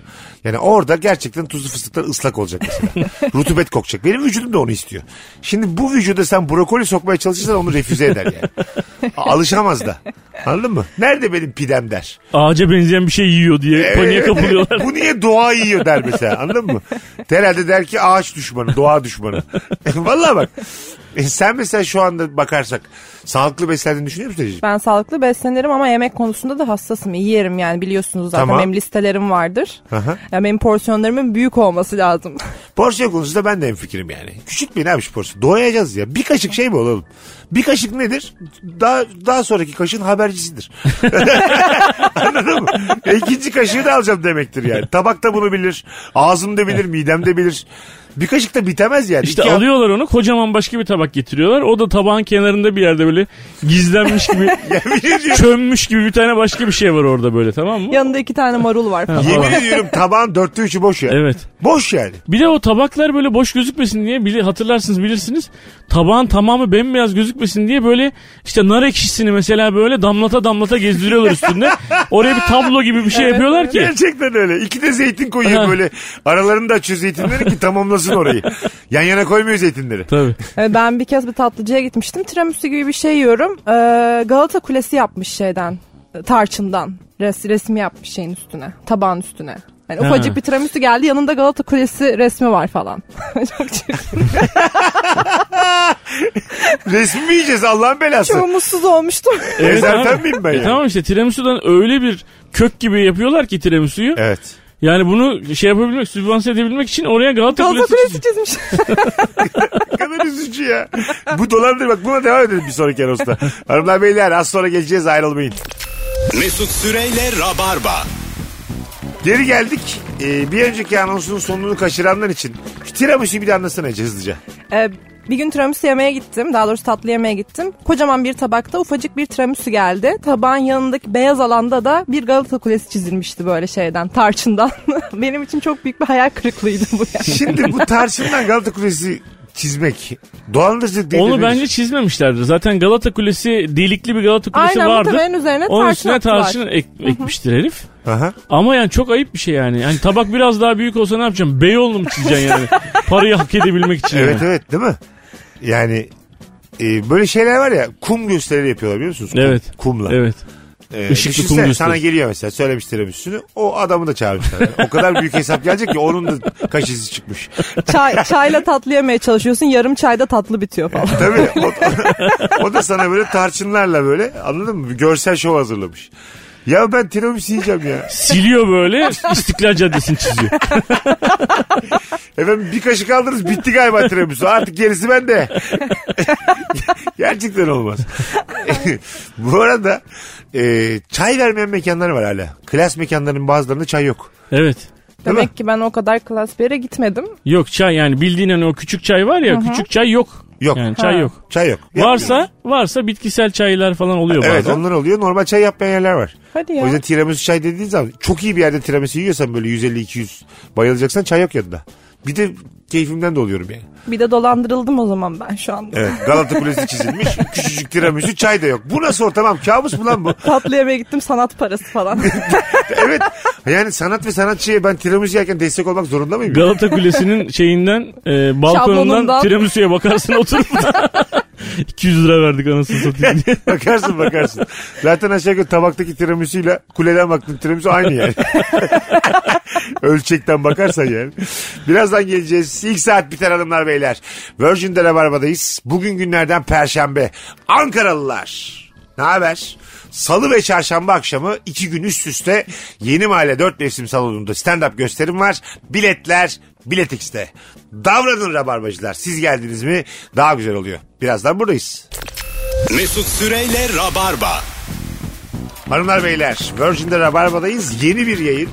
Speaker 3: Yani orada gerçekten tuzlu fıstıklar ıslak olacak mesela. Rutubet kokacak. Benim vücudum da onu istiyor. Şimdi bu vücuda sen brokoli sokmaya çalışırsan onu refüze eder yani. A- Alışamaz da. Anladın mı? Nerede benim pidem der.
Speaker 5: Ağaca benzeyen bir şey yiyor diye paniğe kapılıyorlar.
Speaker 3: Bu niye doğa yiyor der mesela anladın mı? Herhalde der ki ağaç düşmanı, doğa düşmanı. Vallahi bak. E sen mesela şu anda bakarsak sağlıklı beslendiğini düşünüyor musun Ececiğim?
Speaker 4: Ben sağlıklı beslenirim ama yemek konusunda da hassasım. İyi yerim yani biliyorsunuz zaten
Speaker 3: Tamam.
Speaker 4: benim listelerim vardır.
Speaker 3: Aha.
Speaker 4: Ya benim porsiyonlarımın büyük olması lazım.
Speaker 3: Porsiyon konusunda ben de hemfikirim yani. Küçük bir ne yapmış porsiyon? Doyacağız ya. Bir kaşık şey mi olur oğlum? Bir kaşık nedir? Daha daha sonraki kaşığın habercisidir. Anladın mı? E, İkinci kaşığı da alacağım demektir yani. Tabak da bunu bilir. Ağzım da bilir, midem de bilir. Bir kaşık da bitemez yani.
Speaker 5: İşte
Speaker 3: İki-
Speaker 5: alıyorlar onu kocaman başka bir tabak getiriyorlar. O da tabağın kenarında bir yerde böyle gizlenmiş gibi çönmüş gibi bir tane başka bir şey var orada böyle tamam mı?
Speaker 4: Yanında iki tane marul var. falan.
Speaker 3: Yemin ediyorum tabağın dörtte üçü boş ya.
Speaker 5: Evet.
Speaker 3: Boş yani.
Speaker 5: Bir de o tabaklar böyle boş gözükmesin diye bili hatırlarsınız bilirsiniz. Tabağın tamamı bembeyaz gözükmesin diye böyle işte nar ekşisini mesela böyle damlata damlata gezdiriyorlar üstünde. Oraya bir tablo gibi bir şey yapıyorlar ki.
Speaker 3: Gerçekten öyle. İki de zeytin koyuyor
Speaker 5: Ha.
Speaker 3: böyle. Aralarını da açıyor zeytinleri ki tamamlasın orayı. Yan yana koymuyor zeytinleri.
Speaker 5: Tabii.
Speaker 4: Ee, ben bir kez bir tatlıcıya gitmiştim. Tiramisu gibi bir şey yiyorum. Ee, Galata Kulesi yapmış şeyden, e, tarçından. Res, resim yapmış şeyin üstüne, tabağın üstüne. Yani
Speaker 5: Ha.
Speaker 4: ufacık bir tiramisu geldi yanında Galata Kulesi resmi var falan. Çok çirkin.
Speaker 3: Resmi mi yiyeceğiz Allah'ın belası?
Speaker 4: Çok mutsuz olmuştum.
Speaker 3: Ezerten
Speaker 5: abi.
Speaker 3: miyim ben
Speaker 5: E
Speaker 3: yani?
Speaker 5: tamam işte tiramisu'dan öyle bir kök gibi yapıyorlar ki tiramisu'yu.
Speaker 3: Evet.
Speaker 5: Yani bunu şey yapabilmek, sübvanse edebilmek için oraya Galata
Speaker 4: Galata
Speaker 5: Kulesi
Speaker 4: Kulesi çizmiş.
Speaker 3: Ne kadar üzücü ya. Bu dolandır bak buna devam edelim bir sonraki anonsta. Hanımlar beyler az sonra geleceğiz ayrılmayın.
Speaker 2: Mesut Süreyle Rabarba.
Speaker 3: Geri geldik. Ee, bir önceki anonsun sonunu kaçıranlar için. Şu tiramisu'yu bir de anlatsana Ece hızlıca.
Speaker 4: Ee, bir gün tiramisu yemeye gittim. Daha doğrusu tatlı yemeye gittim. Kocaman bir tabakta ufacık bir tiramisu geldi. Tabağın yanındaki beyaz alanda da bir Galata Kulesi çizilmişti böyle şeyden, tarçından. Benim için çok büyük bir hayal kırıklığıydı bu yani.
Speaker 3: Şimdi bu tarçından Galata Kulesi çizmek. Dolandırıcı değil.
Speaker 5: Onu bence çizmemişlerdir. Zaten Galata Kulesi delikli bir Galata Kulesi
Speaker 4: Aynen bu
Speaker 5: vardı.
Speaker 4: tabağın üzerine
Speaker 5: Onun
Speaker 4: tarçın
Speaker 5: üstüne
Speaker 4: attılar.
Speaker 5: tarçın ek- ekmiştir herif.
Speaker 3: Aha.
Speaker 5: Ama yani çok ayıp bir şey yani. Yani tabak biraz daha büyük olsa ne yapacağım? Beyoğlu mu çizeceksin yani? Parayı hak edebilmek için.
Speaker 3: Evet
Speaker 5: yani.
Speaker 3: evet değil mi? Yani e, böyle şeyler var ya kum gösterileri yapıyorlar biliyor musunuz? Kum-
Speaker 5: Evet.
Speaker 3: Kumla.
Speaker 5: Evet.
Speaker 3: Ee,
Speaker 5: Işıklı
Speaker 3: düşünsene,
Speaker 5: kumlu üstü.
Speaker 3: sana geliyor mesela söylemiş tiramisüsünü o adamı da çağırmışlar. Yani o kadar büyük hesap gelecek ki onun da kaş izi çıkmış.
Speaker 4: Çay, çayla tatlı yemeye çalışıyorsun. Yarım çayda tatlı bitiyor falan.
Speaker 3: Tabii o, o da sana böyle tarçınlarla böyle anladın mı? Bir Görsel şov hazırlamış. Ya ben tiramisu yiyeceğim ya.
Speaker 5: Siliyor böyle İstiklal Caddesi'ni çiziyor.
Speaker 3: Efendim bir kaşık aldınız bitti galiba tiramisu. Artık gerisi bende. Gerçekten olmaz. Bu arada e, çay vermeyen mekanlar var hala. Klas mekanların bazılarında çay yok.
Speaker 5: Evet.
Speaker 4: Demek ki ben o kadar klas bir yere gitmedim.
Speaker 5: Yok çay yani bildiğin hani o küçük çay var ya küçük çay yok.
Speaker 3: Yok.
Speaker 5: Yani çay
Speaker 4: Ha.
Speaker 5: yok.
Speaker 3: Çay yok.
Speaker 5: Varsa varsa bitkisel çaylar falan oluyor
Speaker 3: Evet
Speaker 5: bazen.
Speaker 3: onlar oluyor. Normal çay yapmayan yerler var.
Speaker 4: Hadi
Speaker 3: O
Speaker 4: ya.
Speaker 3: yüzden tiramisu çay dediğin zaman çok iyi bir yerde tiramisu yiyorsan böyle 150-200 bayılacaksan çay yok yanında. Bir de keyfimden de oluyorum yani.
Speaker 4: Bir de dolandırıldım o zaman ben şu anda.
Speaker 3: Evet, Galata Kulesi çizilmiş. Küçücük tiramisu çay da yok. Bu nasıl ortamam? Kabus mu lan bu?
Speaker 4: Tatlı yemeğe gittim sanat parası falan.
Speaker 3: Evet. Yani sanat ve sanatçıya ben tiramisu yerken destek olmak zorunda mıyım?
Speaker 5: Galata Kulesi'nin şeyinden e, balkonundan
Speaker 4: Şablonundan.
Speaker 5: tiramisu'ya bakarsın oturup da. 200 lira verdik anasını satayım diye.
Speaker 3: bakarsın bakarsın. Zaten aşağı yukarı tabaktaki tiramisuyla kuleden baktığın tiramisu aynı yani. Ölçekten bakarsan yani. Birazdan geleceğiz. İlk saat biter hanımlar beyler. Virgin'de Rabarba'dayız. Bugün günlerden Perşembe. Ankaralılar. Ne haber? Salı ve çarşamba akşamı iki gün üst üste Yeni Mahalle 4 Mevsim Salonu'nda stand-up gösterim var. Biletler Bilet X'te. Davranın rabarbacılar. Siz geldiniz mi daha güzel oluyor. Birazdan buradayız.
Speaker 2: Mesut Süreyle Rabarba.
Speaker 3: Hanımlar beyler Virgin'de Rabarba'dayız. Yeni bir yayın.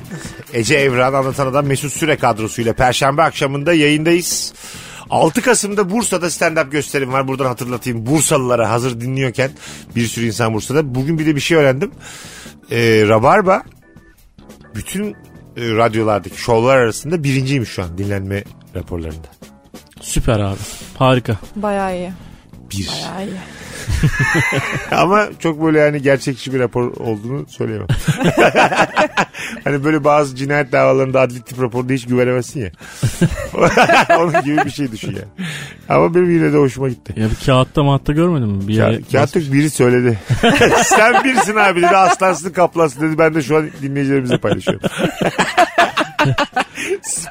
Speaker 3: Ece Evran anlatan adam Mesut Süre kadrosuyla Perşembe akşamında yayındayız. 6 Kasım'da Bursa'da stand-up gösterim var. Buradan hatırlatayım Bursalılara hazır dinliyorken bir sürü insan Bursa'da. Bugün bir de bir şey öğrendim. Ee, Rabarba bütün e, radyolardaki şovlar arasında birinciymiş şu an dinlenme raporlarında.
Speaker 5: Süper abi. Harika.
Speaker 4: Bayağı iyi.
Speaker 3: Bir.
Speaker 4: Bayağı iyi.
Speaker 3: Ama çok böyle yani gerçekçi bir rapor olduğunu söyleyemem. hani böyle bazı cinayet davalarında adli tip raporunda hiç güvenemezsin ya. Onun gibi bir şey düşün yani. Ama benim yine de hoşuma gitti.
Speaker 5: Ya bir kağıtta mahatta görmedin mi? Bir yere-
Speaker 3: Ya, Kağıtlık biri söyledi. Sen birsin abi dedi. Aslansın kaplansın dedi. Ben de şu an dinleyicilerimize paylaşıyorum.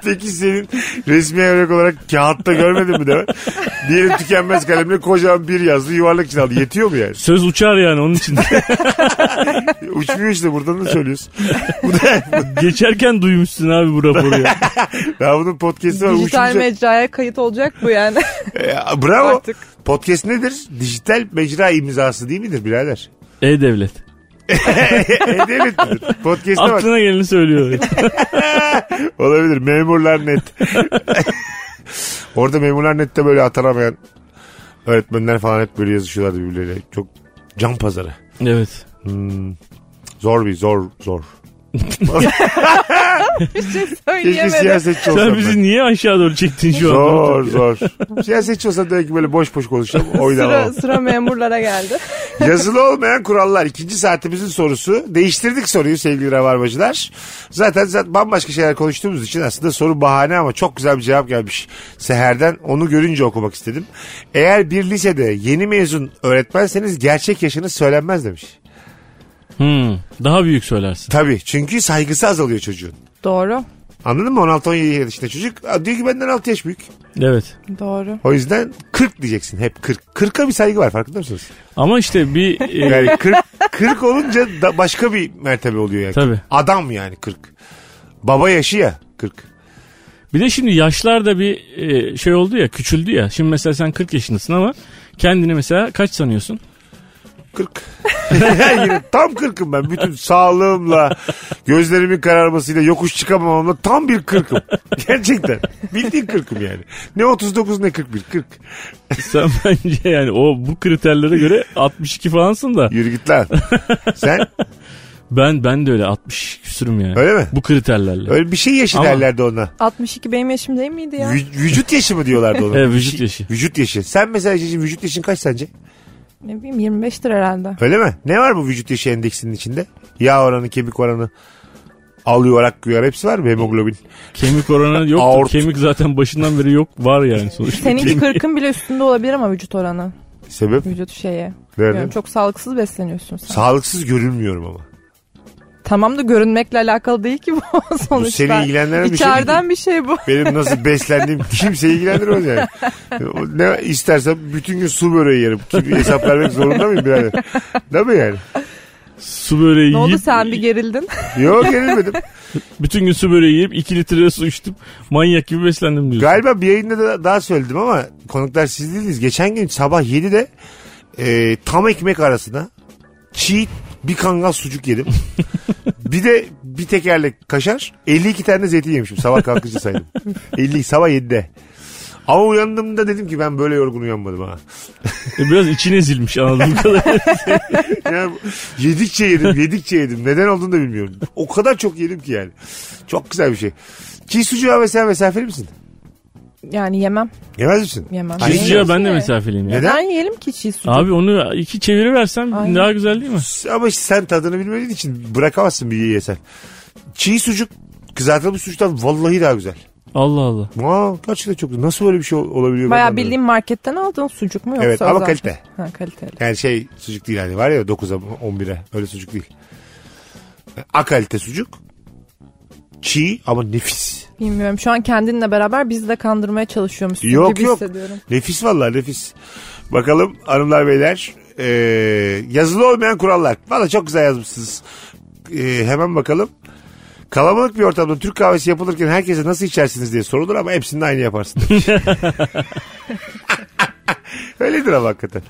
Speaker 3: Peki senin resmi evrak olarak kağıtta görmedin mi de? Diyelim tükenmez kalemle kocaman bir yazdı yuvarlak için aldı. Yetiyor mu yani?
Speaker 5: Söz uçar yani onun için.
Speaker 3: Uçmuyor işte buradan da söylüyorsun.
Speaker 5: Geçerken duymuşsun abi bu raporu ya.
Speaker 3: Ya bunun podcast'i var.
Speaker 4: Dijital
Speaker 3: uçunca-
Speaker 4: mecraya kayıt olacak bu yani.
Speaker 3: E, bravo.
Speaker 4: Artık.
Speaker 3: Podcast nedir? Dijital mecra imzası değil midir birader? E,
Speaker 5: E-Devlet.
Speaker 3: E-Devlet midir? Podcast'e bak.
Speaker 5: Aklına geleni söylüyor.
Speaker 3: Olabilir. Memurlar net. Orada memurlar nette böyle atanamayan öğretmenler falan hep böyle yazışıyorlardı birbirleriyle. Çok can pazarı.
Speaker 5: evet.
Speaker 3: Zor bir zor zor.
Speaker 4: Bir şey
Speaker 3: Keşke
Speaker 4: söyleyemedim.
Speaker 3: siyasetçi olsam.
Speaker 5: Sen
Speaker 3: ben.
Speaker 5: bizi niye aşağı doğru çektin şu an?
Speaker 3: Zor zor. Siyasetçi olsam demek ki böyle boş boş konuşacağım. Oynamam.
Speaker 4: Sıra, sıra memurlara geldi.
Speaker 3: Yazılı olmayan kurallar. İkinci saatimizin sorusu. Değiştirdik soruyu sevgili Rabarbacılar. Zaten, zaten bambaşka şeyler konuştuğumuz için aslında soru bahane ama çok güzel bir cevap gelmiş. Seher'den onu görünce okumak istedim. Eğer bir lisede yeni mezun öğretmenseniz gerçek yaşınız söylenmez demiş.
Speaker 5: Hmm, daha büyük söylersin.
Speaker 3: Tabii çünkü saygısı azalıyor çocuğun.
Speaker 4: Doğru.
Speaker 3: Anladın mı? 16-17 yaşında çocuk "Aa, diyor ki benden 6 yaş büyük.
Speaker 5: Evet.
Speaker 4: Doğru.
Speaker 3: O yüzden 40 diyeceksin hep 40. 40'a bir saygı var farkında mısınız?
Speaker 5: Ama işte bir e,
Speaker 3: Yani 40, 40 olunca da başka bir mertebe oluyor yani.
Speaker 5: Tabii.
Speaker 3: Adam yani 40. Baba yaşı ya 40.
Speaker 5: bir de şimdi yaşlar da bir e, şey oldu ya, küçüldü ya. Şimdi mesela sen 40 yaşındasın ama kendini mesela kaç sanıyorsun?
Speaker 3: 40. Yine tam 40'ım ben. Bütün sağlığımla, gözlerimin kararmasıyla, yokuş çıkamamamla tam bir 40'ım. Gerçekten. Bildiğin 40'ım yani. Ne 39 ne 41. 40.
Speaker 5: Sen bence yani o bu kriterlere göre 62 falansın da.
Speaker 3: Yürü git lan. Sen
Speaker 5: Ben ben de öyle 60 küsürüm yani.
Speaker 3: Öyle mi?
Speaker 5: Bu kriterlerle.
Speaker 3: öyle bir şey yaşı
Speaker 5: Ama-
Speaker 3: derlerdi ona.
Speaker 4: 62 benim yaşım değil miydi ya?
Speaker 3: Vü- vücut yaşı mı diyorlardı ona?
Speaker 5: Evet, vücut yaşı.
Speaker 3: Vücut yaşı. Sen mesela Ececiğim, vücut yaşın kaç sence?
Speaker 4: Ne bileyim 25'tir herhalde.
Speaker 3: Öyle mi? Ne var bu vücut yaşı endeksinin içinde? Yağ oranı, kemik oranı, al yuvarak güyar hepsi var mı? Hemoglobin.
Speaker 5: Kemik oranı yok.
Speaker 3: Aort.
Speaker 5: Kemik zaten başından beri yok. Var yani sonuçta.
Speaker 4: Seninki
Speaker 5: Kemik-
Speaker 4: 40'ın bile üstünde olabilir ama vücut oranı.
Speaker 3: Sebep?
Speaker 4: Vücut şeye.
Speaker 3: Nerede?
Speaker 4: Bilmiyorum, çok sağlıksız besleniyorsun sen.
Speaker 3: Sağlıksız görünmüyorum ama.
Speaker 4: tamam da görünmekle alakalı değil ki bu sonuçta.
Speaker 3: seni ilgilendiren bir şey
Speaker 4: İçeriden bir şey bu.
Speaker 3: Benim nasıl beslendiğim kimseyi ilgilendirmez yani. Ne istersem bütün gün su böreği yerim. Kim hesap vermek zorunda mıyım birader? Değil mi yani?
Speaker 5: Su böreği
Speaker 4: Ne
Speaker 5: yiyip,
Speaker 4: oldu sen bir gerildin?
Speaker 3: Yok gerilmedim.
Speaker 5: bütün gün su böreği yiyip 2 litre su içtim. Manyak gibi beslendim diyorsun.
Speaker 3: Galiba bir yayında da daha söyledim ama konuklar siz değildiniz. Geçen gün sabah 7'de e, tam ekmek arasına çiğ bir kangal sucuk yedim. Bir de bir tekerlek kaşar. 52 tane de zeytin yemişim. Sabah kalkınca saydım. 50 sabah 7'de. Ama uyandığımda dedim ki ben böyle yorgun uyanmadım ha.
Speaker 5: E, Biraz için ezilmiş anladığım kadarıyla.
Speaker 3: Yani yedikçe yedim, yedikçe yedim. Neden olduğunu da bilmiyorum. O kadar çok yedim ki yani. Çok güzel bir şey. Çiğ sucuğa mesela mesafeli misin?
Speaker 4: Yani yemem.
Speaker 3: Yemez misin?
Speaker 4: Yemem.
Speaker 3: Çiğ
Speaker 4: Ay,
Speaker 3: sucuğa
Speaker 5: Çizciye
Speaker 4: yiyorsun
Speaker 5: ben de
Speaker 4: ya.
Speaker 5: mesafeliyim ya.
Speaker 3: Neden?
Speaker 4: Ben yiyelim ki çiğ sucuk.
Speaker 5: Abi onu iki çeviri versem
Speaker 4: Aynen.
Speaker 5: daha güzel değil mi?
Speaker 3: Ama işte sen tadını bilmediğin için bırakamazsın bir yesen. Çiğ sucuk kızartılmış sucuktan vallahi daha güzel.
Speaker 5: Allah Allah.
Speaker 3: Aa, gerçekten çok Nasıl böyle bir şey ol- olabiliyor? ben
Speaker 4: Bayağı
Speaker 3: anlamıyorum.
Speaker 4: bildiğim marketten aldığın sucuk mu yoksa
Speaker 3: Evet, ama
Speaker 4: özel-
Speaker 3: kalite.
Speaker 4: Ha kaliteli.
Speaker 3: Yani şey sucuk değil hani var ya 9'a 11'e öyle sucuk değil. A kalite sucuk. Çiğ ama nefis.
Speaker 4: Bilmiyorum şu an kendinle beraber bizi de kandırmaya çalışıyormuşsun
Speaker 3: Yok
Speaker 4: gibi
Speaker 3: yok.
Speaker 4: hissediyorum.
Speaker 3: Nefis vallahi nefis. Bakalım hanımlar beyler. Ee, yazılı olmayan kurallar. Valla çok güzel yazmışsınız. Ee, hemen bakalım. Kalabalık bir ortamda Türk kahvesi yapılırken herkese nasıl içersiniz diye sorulur ama hepsini de aynı yaparsın. demiş. Öyledir ama hakikaten.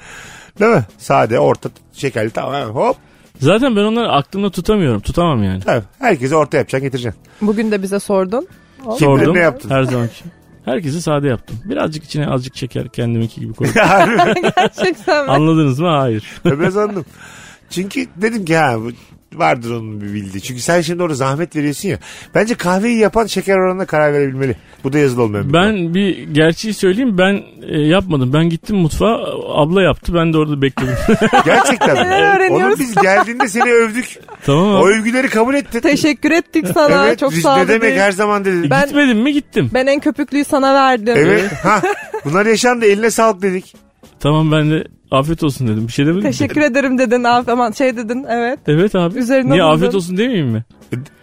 Speaker 3: Değil mi? Sade, orta, şekerli tamam hemen hop.
Speaker 5: Zaten ben onları aklımda tutamıyorum. Tutamam yani.
Speaker 3: Tabii. Herkese orta yapacaksın getireceksin.
Speaker 4: Bugün de bize sordun.
Speaker 5: Sordum.
Speaker 3: ne yaptın?
Speaker 5: Her zamanki. Herkesi sade yaptım. Birazcık içine azıcık şeker kendiminki gibi koydum.
Speaker 4: Gerçekten mi?
Speaker 5: Anladınız mı? Hayır.
Speaker 3: Öbez hanım. Çünkü dedim ki ha bu- vardır onun bir bildiği. Çünkü sen şimdi orada zahmet veriyorsun ya. Bence kahveyi yapan şeker oranına karar verebilmeli. Bu da yazılı olmayan bir kural.
Speaker 5: Ben bir gerçeği söyleyeyim. Ben e, yapmadım. Ben gittim mutfağa. Abla yaptı. Ben de orada bekledim.
Speaker 3: Gerçekten.
Speaker 4: Neler öğreniyoruz?
Speaker 3: Oğlum biz geldiğinde seni övdük.
Speaker 5: tamam
Speaker 3: O
Speaker 5: abi.
Speaker 3: övgüleri kabul ettin.
Speaker 4: Teşekkür ettik sana.
Speaker 3: evet,
Speaker 4: Çok
Speaker 3: biz
Speaker 4: sağ ol.
Speaker 3: Ne demek
Speaker 4: dediğin-
Speaker 3: her zaman dedin.
Speaker 4: Ben-
Speaker 5: E, Gitmedim mi? Gittim.
Speaker 4: Ben en köpüklüyü sana verdim.
Speaker 3: Evet. ha, bunlar yaşandı eline sağlık dedik.
Speaker 5: Tamam ben de afiyet olsun dedim. Bir şey demedim. ki.
Speaker 4: Teşekkür ederim dedin. af- Aman şey dedin. Evet.
Speaker 5: Evet abi.
Speaker 4: Üzerine
Speaker 5: Niye
Speaker 4: alındın.
Speaker 5: afiyet olsun demeyeyim mi?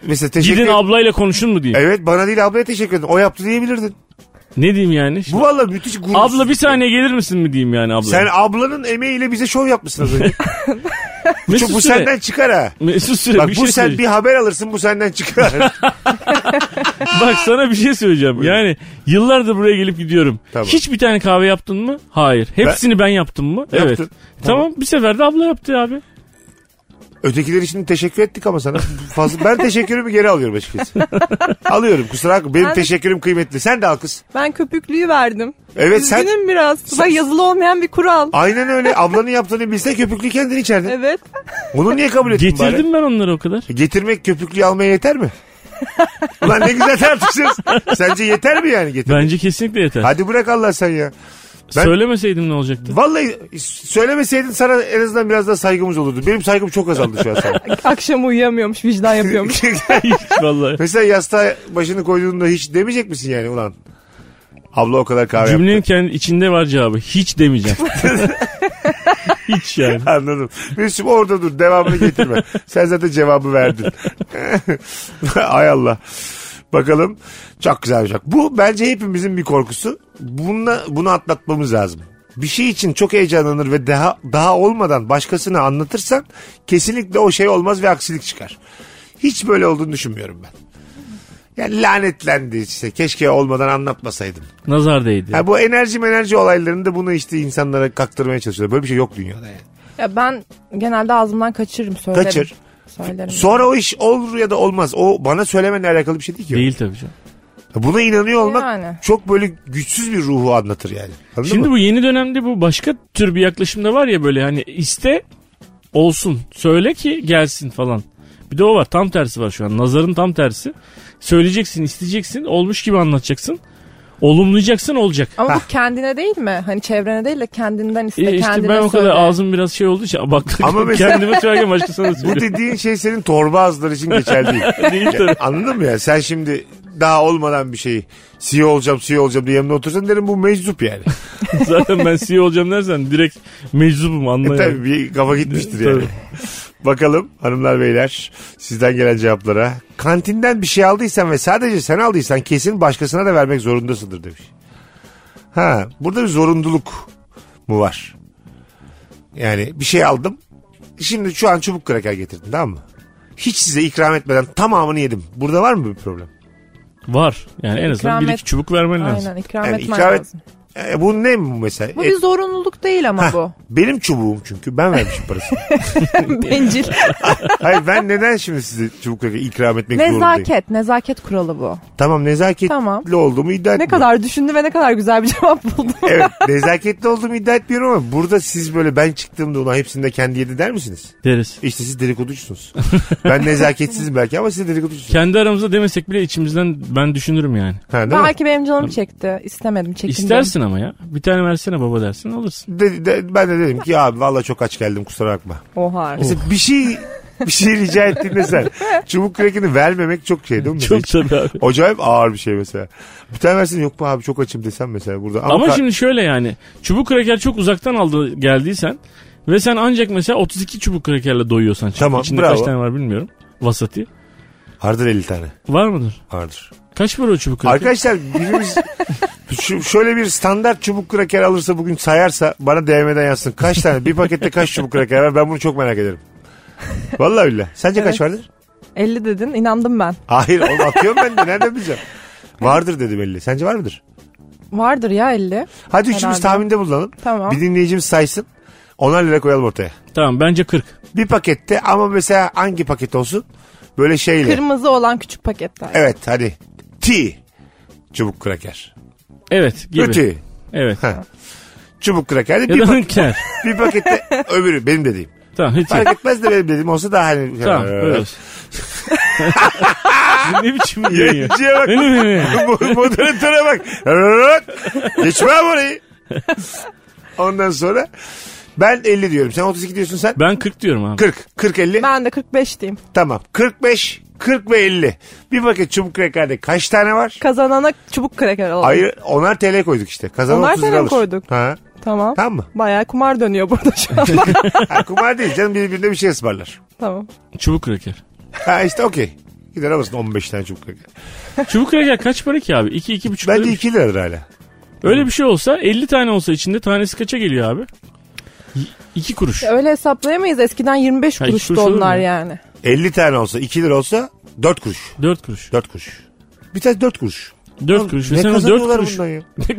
Speaker 3: Mesela teşekkür
Speaker 5: Gidin ablayla konuşun mu diye.
Speaker 3: Evet bana değil ablaya teşekkür edin. O yaptı diyebilirdin.
Speaker 5: Ne diyeyim yani?
Speaker 3: Bu
Speaker 5: Şimdi,
Speaker 3: valla müthiş gurur.
Speaker 5: abla bir saniye gelir misin mi diyeyim yani abla.
Speaker 3: Sen ablanın emeğiyle bize şov yapmışsın az önce. Bu çok-
Speaker 5: Mesut
Speaker 3: bu
Speaker 5: Süre-
Speaker 3: senden çıkar ha.
Speaker 5: Mesut Süre
Speaker 3: Bak
Speaker 5: bir
Speaker 3: bu
Speaker 5: şey
Speaker 3: sen
Speaker 5: söyleyeceğim.
Speaker 3: bir haber alırsın bu senden çıkar.
Speaker 5: Bak sana bir şey söyleyeceğim. Yani yıllardır buraya gelip gidiyorum.
Speaker 3: Tamam.
Speaker 5: Hiç bir tane kahve yaptın mı? Hayır. Hepsini ben, yaptım mı? Evet.
Speaker 3: Yaptın.
Speaker 5: Tamam. bir sefer de abla yaptı abi.
Speaker 3: Ötekiler için teşekkür ettik ama sana. Fazla, ben teşekkürümü geri alıyorum açıkçası. alıyorum kusura bakma. Benim
Speaker 4: Ben-
Speaker 3: teşekkürüm kıymetli. Sen de al kız.
Speaker 4: Ben köpüklüyü verdim.
Speaker 3: Evet sen
Speaker 4: Üzgünüm biraz. Bak yazılı olmayan bir kural.
Speaker 3: aynen öyle. Ablanın yaptığını bilse köpüklü kendin içerdin.
Speaker 4: Evet.
Speaker 3: Onu niye kabul ettin bari? E,
Speaker 5: Getirdim ben onları o kadar.
Speaker 3: Getirmek köpüklüyü almaya yeter mi? Ulan ne güzel tartışıyoruz. Sence yeter mi yani getirmek?
Speaker 5: Bence kesinlikle yeter.
Speaker 3: Hadi bırak Allah sen ya. ben-
Speaker 5: Söylemeseydim ne olacaktı?
Speaker 3: Vallahi söylemeseydin sana en azından biraz daha saygımız olurdu. Benim saygım çok azaldı şu an sana.
Speaker 4: Akşam uyuyamıyormuş, vicdan yapıyormuş.
Speaker 5: Vallahi.
Speaker 3: Mesela yastığa başını koyduğunda hiç demeyecek misin yani ulan? Abla o kadar kahve
Speaker 5: Cümlenin
Speaker 3: yaptı.
Speaker 5: kendi içinde var cevabı. Hiç demeyeceğim. Hiç yani.
Speaker 3: Anladım. Mesut'um orada dur devamını getirme. Sen zaten cevabı verdin. Ay Allah. Bakalım çok güzel olacak. Bu bence hepimizin bir korkusu. Bununla, bunu atlatmamız lazım. Bir şey için çok heyecanlanır ve daha daha olmadan başkasına anlatırsan kesinlikle o şey olmaz ve aksilik çıkar. Hiç böyle olduğunu düşünmüyorum ben. Yani lanetlendi işte keşke olmadan anlatmasaydım.
Speaker 5: Nazar değdi.
Speaker 3: Ha bu enerji enerji olaylarında bunu işte insanlara kaktırmaya çalışıyorlar. Böyle bir şey yok dünyada yani.
Speaker 4: ya ben genelde ağzımdan kaçırırım söylerim.
Speaker 3: Kaçır.
Speaker 4: Söylerim.
Speaker 3: Sonra o iş olur ya da olmaz. O bana söylemenle alakalı bir şey değil ki.
Speaker 5: Değil tabii canım.
Speaker 3: Buna inanıyor olmak
Speaker 4: Yani.
Speaker 3: çok böyle güçsüz bir ruhu anlatır yani. Anladın
Speaker 5: Şimdi
Speaker 3: mı?
Speaker 5: bu yeni dönemde bu başka tür bir yaklaşımda var ya böyle hani iste olsun söyle ki gelsin falan. Bir de o var tam tersi var şu an nazarın tam tersi. Söyleyeceksin isteyeceksin olmuş gibi anlatacaksın. Olumlayacaksın olacak.
Speaker 4: Ama bu kendine değil mi? Hani çevrene değil de kendinden iste,
Speaker 5: E işte
Speaker 4: kendine
Speaker 5: ben o kadar
Speaker 4: söyle.
Speaker 5: ağzım biraz şey olduğu için bak
Speaker 3: Ama mesela-
Speaker 5: kendime söylerken başkasına
Speaker 3: Bu
Speaker 5: söylüyorum.
Speaker 3: dediğin şey senin torba ağızları için geçerli değil.
Speaker 5: Değil tabii.
Speaker 3: Anladın mı ya? Sen şimdi daha olmadan bir şeyi CEO olacağım CEO olacağım diye yanına otursan derim bu meczup yani.
Speaker 5: Zaten ben CEO olacağım dersen direkt meczubum anla yani.
Speaker 3: E, Tabii bir kafa gitmiştir
Speaker 5: Tabii.
Speaker 3: yani. Bakalım hanımlar beyler sizden gelen cevaplara. Kantinden bir şey aldıysan ve sadece sen aldıysan kesin başkasına da vermek zorundasındır demiş. Ha burada bir zorunduluk mu var? Yani bir şey aldım. Şimdi şu an çubuk kraker getirdin tamam mı? Hiç size ikram etmeden tamamını yedim. Burada var mı bir problem?
Speaker 5: Var. Yani en azından
Speaker 4: İkram
Speaker 5: bir
Speaker 4: et-
Speaker 5: iki çubuk vermen lazım.
Speaker 4: Aynen ikram
Speaker 3: Yani
Speaker 4: etmen
Speaker 3: ikram et-
Speaker 4: lazım.
Speaker 3: E, bu ne bu mesela?
Speaker 4: Bu
Speaker 3: E,
Speaker 4: bir zorunluluk değil ama bu.
Speaker 3: benim çubuğum çünkü. Ben vermişim parasını.
Speaker 4: Bencil.
Speaker 3: Hayır ben neden şimdi size çubuk ikram etmek zorundayım?
Speaker 4: nezaket. Nezaket kuralı bu.
Speaker 3: Tamam nezaketli
Speaker 4: Tamam.
Speaker 3: olduğumu iddia
Speaker 4: Ne
Speaker 3: etmiyorum.
Speaker 4: kadar düşündü ve ne kadar güzel bir cevap buldum.
Speaker 3: Evet nezaketli olduğumu iddia etmiyorum ama burada siz böyle ben çıktığımda ulan hepsini de kendi yedi der misiniz?
Speaker 5: deriz.
Speaker 3: İşte siz dedikoducusunuz. ben nezaketsizim belki ama siz dedikoducusunuz.
Speaker 5: Kendi aramızda demesek bile içimizden ben düşünürüm yani.
Speaker 3: Ha, değil mi?
Speaker 4: Belki benim canım çekti. İstemedim çekindim.
Speaker 5: İstersin ama ya. Bir tane versene baba dersin alırsın.
Speaker 3: De- de- ben de dedim ki abi valla çok aç geldim kusura bakma.
Speaker 5: Oh.
Speaker 4: Oha.
Speaker 3: Mesela bir şey bir şey rica ettiğinde sen çubuk kürekini vermemek çok şey değil mi?
Speaker 5: Çok tabii abi.
Speaker 3: Acayip ağır bir şey mesela. Bir tane versin yok mu abi çok açım desem mesela burada.
Speaker 5: Ama
Speaker 3: ka-
Speaker 5: şimdi şöyle yani. Çubuk kraker çok uzaktan aldı geldiysen ve sen ancak mesela 32 çubuk krakerle doyuyorsan. çünkü
Speaker 3: Tamam,
Speaker 5: İçinde
Speaker 3: bravo.
Speaker 5: kaç tane var bilmiyorum. Vasati.
Speaker 3: Vardır 50 tane.
Speaker 5: Var mıdır?
Speaker 3: Vardır.
Speaker 5: Kaç var o çubuk kraker?
Speaker 3: Arkadaşlar birimiz şu, şöyle bir standart çubuk kraker alırsa bugün sayarsa bana DM'den yazsın. Kaç tane bir pakette kaç çubuk kraker var ben bunu çok merak ederim. Vallahi billahi. Sence kaç
Speaker 4: Evet.
Speaker 3: vardır?
Speaker 4: 50 dedin inandım ben.
Speaker 3: Hayır oğlum atıyorum ben de nereden bileceğim. Vardır dedim 50. Sence var mıdır?
Speaker 4: Vardır ya 50.
Speaker 3: Hadi üçümüz
Speaker 4: Herhalde.
Speaker 3: tahminde bulunalım.
Speaker 4: Tamam.
Speaker 3: Bir dinleyicimiz saysın. Onar lira koyalım ortaya.
Speaker 5: Tamam bence 40.
Speaker 3: Bir pakette ama mesela hangi paket olsun? Böyle şeyle.
Speaker 4: Kırmızı olan küçük paketler.
Speaker 3: Evet hadi. T. Çubuk kraker.
Speaker 5: Evet gibi.
Speaker 3: Ötü.
Speaker 5: Evet.
Speaker 3: Çubuk kraker de
Speaker 5: Ya
Speaker 3: bir,
Speaker 5: da
Speaker 3: pa-
Speaker 5: hınker.
Speaker 3: bir pakette öbürü benim dediğim.
Speaker 5: Tamam hiç.
Speaker 3: Fark etmez de benim dediğim olsa daha hani.
Speaker 5: Tamam öyle olsun. Bu ne biçim yayın ya?
Speaker 3: Yayıncıya bak. Mo- Moderatöre bak. Geçmem orayı. Ondan sonra ben 50 diyorum. Sen 32 diyorsun sen.
Speaker 5: Ben 40 diyorum abi.
Speaker 3: 40. 40 50.
Speaker 4: Ben de 45 diyeyim.
Speaker 3: Tamam. 45, 40 ve 50. Bir paket çubuk krekerde kaç tane var?
Speaker 4: Kazanana çubuk kraker alalım.
Speaker 3: Hayır, onar TL koyduk işte. Kazanan
Speaker 4: Onar
Speaker 3: 30 lira
Speaker 4: TL
Speaker 3: alır.
Speaker 4: koyduk.
Speaker 3: Ha.
Speaker 4: Tamam.
Speaker 3: Tamam mı?
Speaker 4: Bayağı kumar dönüyor burada şu anda.
Speaker 3: Ha, kumar değil canım birbirine bir şey ısmarlar.
Speaker 4: tamam.
Speaker 5: Çubuk kraker.
Speaker 3: Ha işte okey. Gider alırsın 15 tane çubuk kreker.
Speaker 5: Çubuk kraker kaç para ki abi? 2 iki, iki buçuk lira.
Speaker 3: Bence
Speaker 5: bir-
Speaker 3: 2 liradır hala.
Speaker 5: Öyle bir şey olsa 50 tane olsa içinde tanesi kaça geliyor abi? 2 kuruş.
Speaker 4: Öyle hesaplayamayız. Eskiden 25
Speaker 5: Ha, iki
Speaker 4: kuruştu
Speaker 5: kuruş olur mu
Speaker 4: onlar
Speaker 5: ya?
Speaker 4: yani.
Speaker 3: 50 tane olsa 2 lira olsa 4 kuruş.
Speaker 5: 4 kuruş.
Speaker 3: 4 kuruş. Bir tane 4 kuruş.
Speaker 5: 4 kuruş. Ve
Speaker 3: Ne
Speaker 5: sen o 4
Speaker 3: kazanıyorlar
Speaker 5: kuruş.
Speaker 3: bundan ya?
Speaker 5: Ne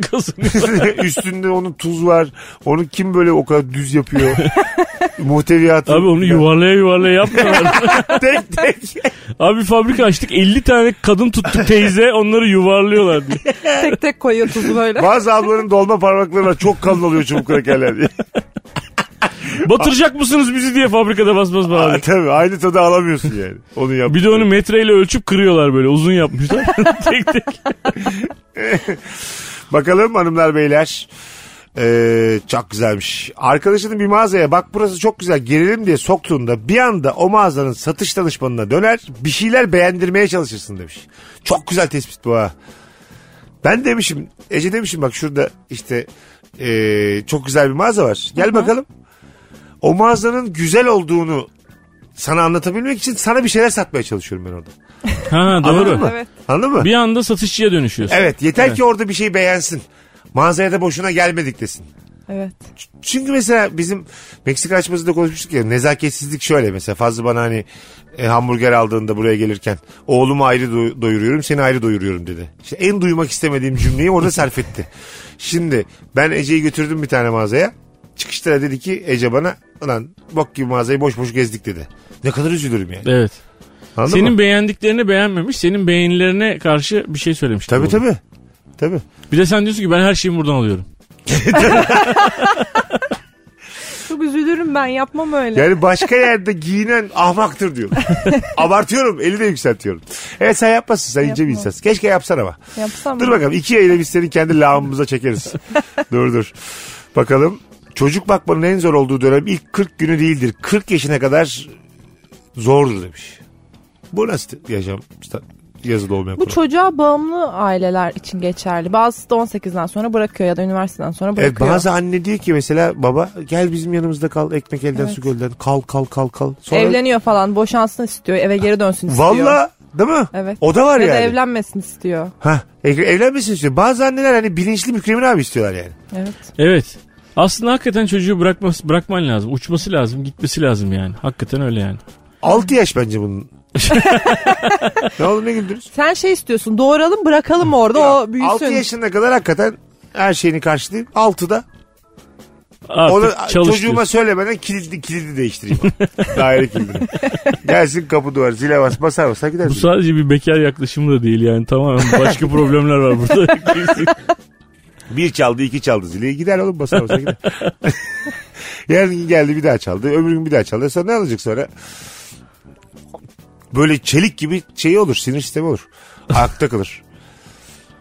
Speaker 5: kazanıyor?
Speaker 3: Üstünde onun tuz var. Onu kim böyle o kadar düz yapıyor? Muhteviyatı.
Speaker 5: Abi onu yuvarlaya yuvarlaya yapmıyorlar.
Speaker 3: Tek tek.
Speaker 5: abi fabrika açtık 50 tane kadın tuttuk teyze onları yuvarlıyorlar diye.
Speaker 4: Tek tek koyuyor tuzu böyle.
Speaker 3: Bazı ablaların dolma parmakları var. Çok kalın oluyor çubuk krakerler diye.
Speaker 5: Batıracak mısınız bizi diye fabrikada bas bas
Speaker 3: Aa,
Speaker 5: bağırıyor.
Speaker 3: tabii aynı tadı alamıyorsun yani. Onu yap.
Speaker 5: Bir de onu metreyle ölçüp kırıyorlar böyle uzun yapmışlar. tek tek.
Speaker 3: Bakalım hanımlar beyler. Ee, çok güzelmiş. Arkadaşının bir mağazaya bak burası çok güzel girelim diye soktuğunda bir anda o mağazanın satış danışmanına döner bir şeyler beğendirmeye çalışırsın demiş. Çok güzel tespit bu ha. Ben demişim Ece demişim bak şurada işte ee, çok güzel bir mağaza var. Gel bakalım. O mağazanın güzel olduğunu sana anlatabilmek için sana bir şeyler satmaya çalışıyorum ben orada.
Speaker 5: Ha
Speaker 3: Anladın mı?
Speaker 5: doğru.
Speaker 4: Evet.
Speaker 3: Anladın mı?
Speaker 5: Bir anda satışçıya dönüşüyorsun.
Speaker 3: Evet yeter ki orada bir şey beğensin. Mağazaya da boşuna gelmedik desin.
Speaker 4: Evet.
Speaker 3: Çünkü mesela bizim Meksika açmasında konuşmuştuk ya nezaketsizlik şöyle mesela fazla bana hani e, hamburger aldığında buraya gelirken oğlumu ayrı do- doyuruyorum seni ayrı doyuruyorum dedi. İşte en duymak istemediğim cümleyi orada sarf etti. Şimdi ben Ece'yi götürdüm bir tane mağazaya. Çıkışta da dedi ki Ece bana ulan bok gibi mağazayı boş boş gezdik dedi. Ne kadar üzülürüm yani.
Speaker 5: Evet.
Speaker 3: Anladın
Speaker 5: senin
Speaker 3: mı?
Speaker 5: beğendiklerini beğenmemiş, senin beğenilerine karşı bir şey söylemiş.
Speaker 3: Tabii tabii. Tabii.
Speaker 5: Bir de sen diyorsun ki ben her şeyimi buradan alıyorum.
Speaker 4: Çok üzülürüm ben yapmam öyle.
Speaker 3: Yani başka yerde giyinen ahmaktır diyor. Abartıyorum eli de yükseltiyorum. Evet sen yapmasın sen ince bir
Speaker 4: Yapma.
Speaker 3: insansın. Keşke yapsan ama.
Speaker 4: Yapsam
Speaker 3: Dur
Speaker 4: mı?
Speaker 3: bakalım iki yayla biz senin kendi lağımımıza çekeriz. dur dur. Bakalım çocuk bakmanın en zor olduğu dönem ilk 40 günü değildir. 40 yaşına kadar zordur demiş. Bu nasıl yaşam sta- yazılı olmayan
Speaker 4: Bu
Speaker 3: kural?
Speaker 4: çocuğa bağımlı aileler için geçerli. Bazısı da 18'den sonra bırakıyor ya da üniversiteden sonra
Speaker 3: Evet,
Speaker 4: bırakıyor.
Speaker 3: bazı anne diyor ki mesela baba gel bizim yanımızda kal ekmek elden su gölden kal kal kal kal. Sonra
Speaker 4: Evleniyor falan boşansın istiyor eve geri dönsün istiyor.
Speaker 3: Valla değil mi?
Speaker 4: Evet.
Speaker 3: O da var
Speaker 4: ya
Speaker 3: yani.
Speaker 4: da evlenmesin istiyor.
Speaker 3: Ha, e- evlenmesin istiyor. Bazı anneler hani bilinçli mükremin abi istiyorlar yani.
Speaker 4: Evet.
Speaker 5: Evet. Aslında hakikaten çocuğu bırakması, bırakman lazım. Uçması lazım, gitmesi lazım yani. Hakikaten öyle yani.
Speaker 3: 6 yaş bence bunun. ne olur ne güldünüz?
Speaker 4: Sen şey istiyorsun doğuralım bırakalım orada o büyüsün.
Speaker 3: 6 yaşına kadar hakikaten Her şeyini karşılayayım. Altıda
Speaker 5: Artık
Speaker 3: Ona,
Speaker 5: çalış
Speaker 3: çocuğuma
Speaker 5: diyorsun.
Speaker 3: söylemeden kilidi, kilidi değiştireyim. Daire kilidini. Gelsin kapı duvar zile bas basar basar gider.
Speaker 5: Bu sadece bir bekar yaklaşımı da değil yani tamamen başka problemler var burada.
Speaker 3: Bir çaldı iki çaldı zile gider oğlum basar basar gider. Yarın gün geldi bir daha çaldı öbür gün bir daha çaldı. Sonra ne alacak sonra? Böyle çelik gibi şey olur sinir sistemi olur. Akta kalır.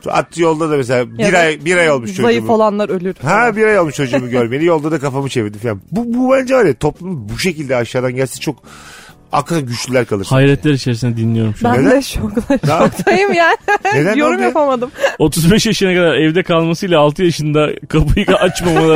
Speaker 3: At yolda da mesela bir
Speaker 4: da
Speaker 3: ay, bir ay olmuş çocuğumun.
Speaker 4: Zayıf olanlar ölür.
Speaker 3: Ha bir ay olmuş çocuğumu görmeli. Yolda da kafamı çevirdim falan. Bu, bu bence var ya toplum bu şekilde aşağıdan gelse çok akla güçlüler kalır.
Speaker 5: Hayretler içerisinde dinliyorum şu an.
Speaker 4: Ben
Speaker 3: Neden?
Speaker 4: de şoklar.
Speaker 3: Ne yap-
Speaker 4: Şoktayım yani.
Speaker 3: Neden
Speaker 4: Yorum
Speaker 3: oldu ya?
Speaker 4: yapamadım.
Speaker 5: 35 yaşına kadar evde kalmasıyla 6 yaşında kapıyı açmamalar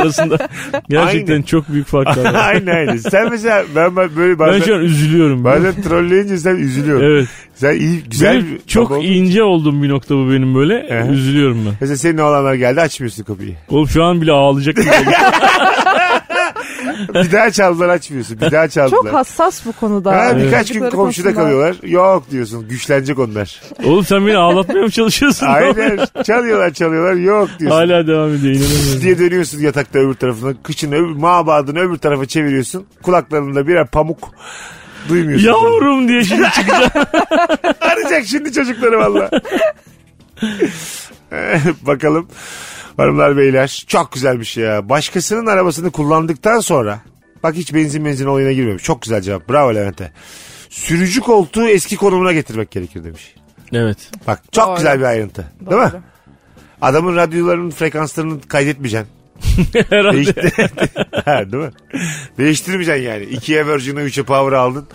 Speaker 5: arasında gerçekten
Speaker 3: Aynen.
Speaker 5: çok büyük farklar var.
Speaker 3: aynen aynen. Sen mesela ben, ben böyle
Speaker 5: ben
Speaker 3: bazen,
Speaker 5: şu an üzülüyorum.
Speaker 3: bazen trolleyince sen üzülüyorsun.
Speaker 5: Evet.
Speaker 3: Sen iyi güzel
Speaker 5: Benim
Speaker 3: bir
Speaker 5: çok
Speaker 3: baba oldun.
Speaker 5: ince olduğum bir nokta bu benim böyle.
Speaker 3: Ehe.
Speaker 5: Üzülüyorum ben.
Speaker 3: Mesela senin oğlanlar geldi açmıyorsun kapıyı.
Speaker 5: Oğlum şu an bile ağlayacak.
Speaker 3: Bir daha çaldılar açmıyorsun. Bir daha çaldılar.
Speaker 4: Çok hassas bu konuda.
Speaker 3: Ha, birkaç gün
Speaker 4: Çocukları
Speaker 3: komşuda
Speaker 4: konusunda.
Speaker 3: kalıyorlar. Yok diyorsun. Güçlenecek onlar.
Speaker 5: Oğlum sen beni ağlatmaya mı çalışıyorsun?
Speaker 3: Aynen. çalıyorlar çalıyorlar. Yok diyorsun.
Speaker 5: Hala devam ediyor inanamıyorum.
Speaker 3: diye dönüyorsun yatakta öbür tarafına. Kıçını öbür mabadını öbür tarafa çeviriyorsun. Kulaklarında birer pamuk duymuyorsun.
Speaker 5: Yavrum diye şimdi çıkacak.
Speaker 3: Arayacak şimdi çocukları valla. Bakalım hanımlar beyler çok güzelmiş ya. Başkasının arabasını kullandıktan sonra bak hiç benzin benzin olayına girmemiş. Çok güzel cevap bravo Levent'e. Sürücü koltuğu eski konumuna getirmek gerekir demiş.
Speaker 5: Evet.
Speaker 3: Bak çok
Speaker 4: Doğru.
Speaker 3: güzel bir ayrıntı değil mi?
Speaker 4: Doğru.
Speaker 3: Adamın radyolarının frekanslarını kaydetmeyeceksin.
Speaker 5: Herhalde.
Speaker 3: Değişti. ha, değil mi? Değiştirmeyeceksin yani. İkiye Virgin'ı üçe Power aldın.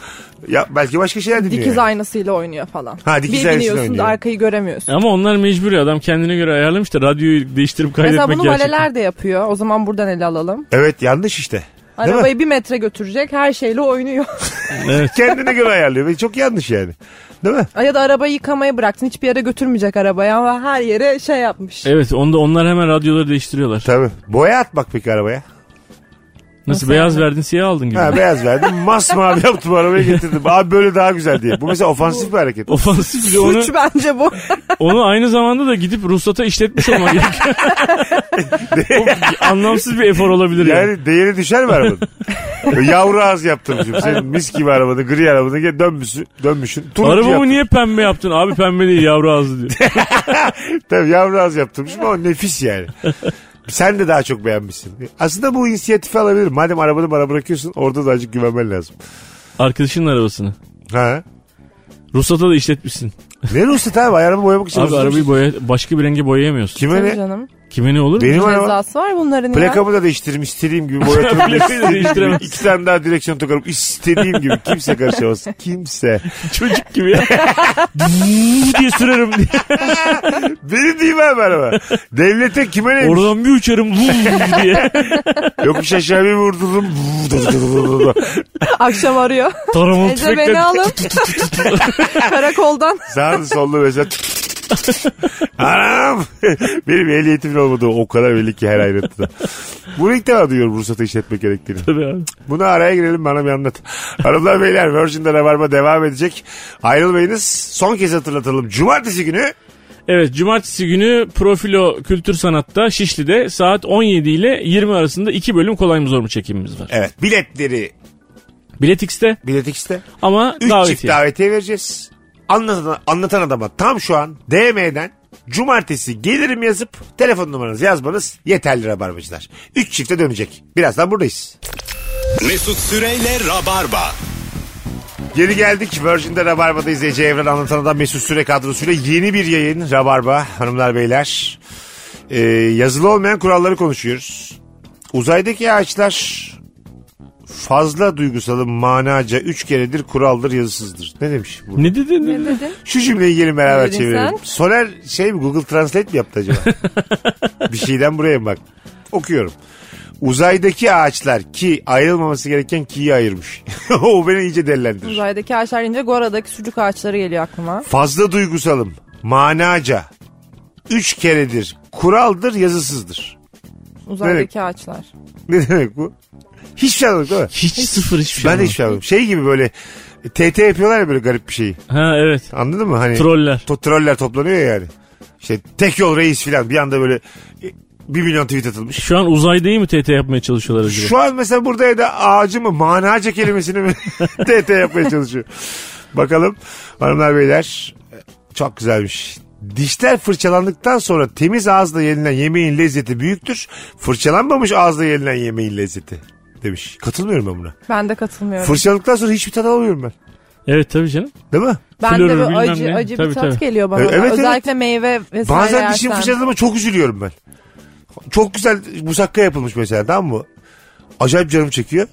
Speaker 3: Ya, belki başka şeyler dinliyor.
Speaker 4: Dikiz
Speaker 3: yani.
Speaker 4: aynasıyla oynuyor falan.
Speaker 3: Ha, dikiz
Speaker 4: Bir
Speaker 3: aynasıyla
Speaker 4: biniyorsun
Speaker 3: oynuyor.
Speaker 4: arkayı göremiyorsun.
Speaker 5: Ama onlar mecbur ya. Adam kendine göre ayarlamış da radyoyu değiştirip kaydetmek
Speaker 4: Mesela bunu
Speaker 5: gerçekten.
Speaker 4: valeler de yapıyor. O zaman buradan ele alalım.
Speaker 3: Evet yanlış işte. Değil mi?
Speaker 4: Arabayı bir metre götürecek her şeyle oynuyor.
Speaker 3: Kendine göre ayarlıyor. Ve çok yanlış yani. Değil mi?
Speaker 4: ya da arabayı yıkamaya bıraktın. Hiçbir yere götürmeyecek arabayı ama her yere şey yapmış.
Speaker 5: Evet onda onlar hemen radyoları değiştiriyorlar.
Speaker 3: Tabii. Boya atmak peki arabaya.
Speaker 5: Nasıl,
Speaker 4: Nasıl
Speaker 5: beyaz
Speaker 4: yani?
Speaker 5: verdin siyah aldın gibi.
Speaker 3: Ha, beyaz verdim. Masmavi yaptım arabaya getirdim. Abi böyle daha güzel diye. Bu mesela ofansif bir hareket.
Speaker 5: Ofansif bir de onu,
Speaker 4: Suç bence bu.
Speaker 5: onu aynı zamanda da gidip ruhsata işletmiş olmak gerekiyor. O anlamsız bir efor olabilir yani.
Speaker 3: Yani değeri düşer mi arabanın? Böyle Yavru ağız yaptırmışım. Senin mis gibi arabanı, gri arabanı gel dönmüşsün. Dönmüşsün. Turuncu
Speaker 5: Arabamı
Speaker 3: yaptım.
Speaker 5: niye pembe yaptın? Abi pembe değil yavru ağzı diyor.
Speaker 3: Tabii yavru ağız yaptırmışım ama nefis yani. Sen de daha çok beğenmişsin. Aslında bu inisiyatifi alabilir. Madem arabanı bana bırakıyorsun orada da azıcık güvenmen lazım.
Speaker 5: Arkadaşının arabasını.
Speaker 3: Ha.
Speaker 5: Ruhsata da işletmişsin.
Speaker 3: Ne ruhsat abi? Araba boyamak için
Speaker 5: Abi
Speaker 3: ruhsat
Speaker 5: arabayı
Speaker 3: mısın?
Speaker 5: boya, başka bir renge boyayamıyorsun.
Speaker 3: Kime
Speaker 4: Tabii
Speaker 3: ne?
Speaker 4: canım.
Speaker 5: Kime ne olur?
Speaker 3: Benim araba.
Speaker 4: Cezası var bunların ya.
Speaker 3: Plakamı da değiştiririm istediğim gibi boyatırım.
Speaker 5: Plakayı da
Speaker 3: istediğim gibi.
Speaker 5: değiştiremez.
Speaker 3: İki tane daha direksiyon takarım istediğim gibi. Kimse karışamaz. Kimse.
Speaker 5: Çocuk gibi ya. Vuu diye sürerim diye.
Speaker 3: Benim değil mi abi araba? Devlete kime ne?
Speaker 5: Oradan bir uçarım vuu diye.
Speaker 3: Yokuş aşağı bir vurdurdum.
Speaker 4: Akşam arıyor.
Speaker 5: Taramalı
Speaker 4: Ece
Speaker 5: tüfekle.
Speaker 4: beni alın. Karakoldan.
Speaker 3: Sağlı sollu mesela. Anam. Benim ehliyetimin olmadığı o kadar belli ki her ayrıntıda. Bunu ilk defa duyuyorum ruhsatı işletmek gerektiğini.
Speaker 5: Tabii abi.
Speaker 3: Bunu araya girelim bana bir anlat. Hanımlar beyler Virgin'de Rabarba devam edecek. Ayrılmayınız. Son kez hatırlatalım. Cumartesi günü
Speaker 5: Evet cumartesi günü Profilo Kültür Sanat'ta Şişli'de saat 17 ile 20 arasında iki bölüm kolay mı zor mu çekimimiz var.
Speaker 3: evet biletleri
Speaker 5: Bilet X'te
Speaker 3: Bilet X'te.
Speaker 5: ama
Speaker 3: 3
Speaker 5: davetiye.
Speaker 3: çift davetiye vereceğiz. Anlatan, anlatan adama tam şu an DM'den cumartesi gelirim yazıp telefon numaranızı yazmanız yeterli rabarbacılar. 3 çifte dönecek. Birazdan buradayız.
Speaker 2: Mesut Süreyle Rabarba.
Speaker 3: Geri geldik. Virgin'de Rabarba'dayız. Ece Evren anlatan adam Mesut Süre kadrosuyla yeni bir yayın Rabarba hanımlar beyler. Ee, yazılı olmayan kuralları konuşuyoruz. Uzaydaki ağaçlar fazla duygusalın manaca üç keredir kuraldır yazısızdır. Ne demiş bu?
Speaker 5: Ne dedin?
Speaker 4: Ne dedin?
Speaker 3: Şu cümleyi gelin beraber
Speaker 4: Ne dedin
Speaker 3: çevirelim.
Speaker 4: sen?
Speaker 3: Soner şey mi Google Translate mi yaptı acaba? bir şeyden buraya mı bak. Okuyorum. Uzaydaki ağaçlar ki ayrılmaması gereken ki'yi ayırmış. o beni iyice delilendirir.
Speaker 4: Uzaydaki ağaçlar ince Gora'daki sucuk ağaçları geliyor aklıma.
Speaker 3: Fazla duygusalım. Manaca. Üç keredir. Kuraldır yazısızdır.
Speaker 4: Uzaydaki ağaçlar.
Speaker 3: Ne demek bu? Hiçbir şey anlamadım değil mi?
Speaker 5: Hiç sıfır hiçbir şey.
Speaker 3: Ben de
Speaker 5: yok.
Speaker 3: hiçbir şey anlamadım. Şey gibi böyle e, TT yapıyorlar ya böyle garip bir şeyi.
Speaker 5: Ha evet.
Speaker 3: Anladın mı? Hani
Speaker 5: Troller.
Speaker 3: to- troller toplanıyor ya yani. İşte tek yol reis filan bir anda böyle e, 1 milyon tweet atılmış.
Speaker 5: Şu an uzaydayı mı TT yapmaya çalışıyorlar acaba?
Speaker 3: Şu an mesela burada ya da ağacı mı manaca kelimesini mi TT yapmaya çalışıyor. Bakalım hanımlar beyler çok güzelmiş. Dişler fırçalandıktan sonra temiz ağızla yenilen yemeğin lezzeti büyüktür. Fırçalanmamış ağızla yenilen yemeğin lezzeti demiş. Katılmıyorum ben buna.
Speaker 4: Ben de katılmıyorum.
Speaker 3: Fırçaladıktan sonra hiçbir tat alamıyorum ben.
Speaker 5: Evet tabii canım.
Speaker 3: Değil mi?
Speaker 4: ben de
Speaker 5: flörü
Speaker 4: bir
Speaker 5: bilmem
Speaker 4: acı,
Speaker 5: ne.
Speaker 4: acı
Speaker 5: Tabii,
Speaker 4: bir tat
Speaker 5: tabii.
Speaker 4: geliyor bana.
Speaker 3: E, Evet, evet.
Speaker 4: Özellikle meyve vesaire
Speaker 3: Bazen şey dişim
Speaker 4: yersen.
Speaker 3: fırçaladığıma çok üzülüyorum ben. Çok güzel musakka yapılmış mesela tamam mı? Acayip canım çekiyor.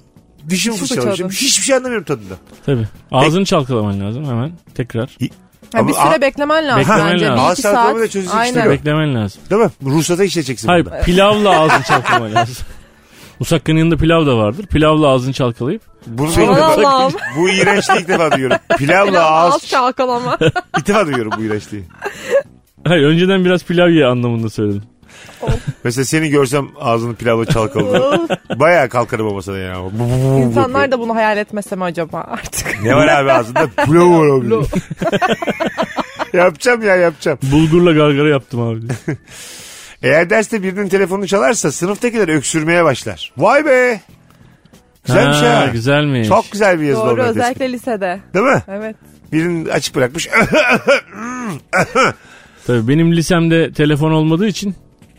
Speaker 3: Dişim
Speaker 4: Dişim
Speaker 3: fırçalamışım.
Speaker 4: fırçaladım.
Speaker 3: Hiçbir şey anlamıyorum tadından.
Speaker 5: Tabii. Ağzını çalkalaman lazım hemen. Tekrar.
Speaker 4: Yani bir
Speaker 3: Ama-
Speaker 4: süre beklemen lazım
Speaker 5: Beklemen
Speaker 4: bence.
Speaker 5: lazım.
Speaker 4: Bir
Speaker 3: Ağız
Speaker 4: iki
Speaker 3: sarkımı da
Speaker 4: saat.
Speaker 3: çözecek işte
Speaker 4: Aynen.
Speaker 3: yok.
Speaker 5: Beklemen lazım.
Speaker 3: Değil mi? Ruhsata işleyeceksin.
Speaker 5: Hayır
Speaker 3: bunda.
Speaker 5: pilavla ağzını çalkalaman lazım. Musakkanın yanında pilav da vardır. Pilavla ağzını çalkalayıp.
Speaker 3: Bunu
Speaker 4: Aman Allah'ım.
Speaker 3: bu iğrençliği ilk defa duyuyorum. Pilavla
Speaker 4: Biraz
Speaker 3: ağız.
Speaker 4: ağız çalkalama.
Speaker 3: ilk defa duyuyorum bu iğrençliği.
Speaker 5: Hayır önceden biraz pilav ye anlamında söyledim.
Speaker 3: Mesela seni görsem ağzını pilavla çalkaladı. Bayağı kalkarım ama sana ya.
Speaker 4: İnsanlar da bunu hayal etmese mi acaba artık?
Speaker 3: Ne var abi ağzında? Pilav var abi. yapacağım ya yapacağım.
Speaker 5: Bulgurla gargara yaptım abi. diye.
Speaker 3: Eğer derste birinin telefonu çalarsa sınıftakiler öksürmeye başlar. Vay be. Güzelmiş
Speaker 5: Ha,
Speaker 3: ha.
Speaker 5: Güzelmiş.
Speaker 3: Çok güzel bir yazı
Speaker 4: Doğru
Speaker 3: olmadı.
Speaker 4: özellikle lisede.
Speaker 3: Değil mi?
Speaker 4: Evet.
Speaker 3: Birinin açık bırakmış.
Speaker 5: Tabii benim lisemde telefon olmadığı için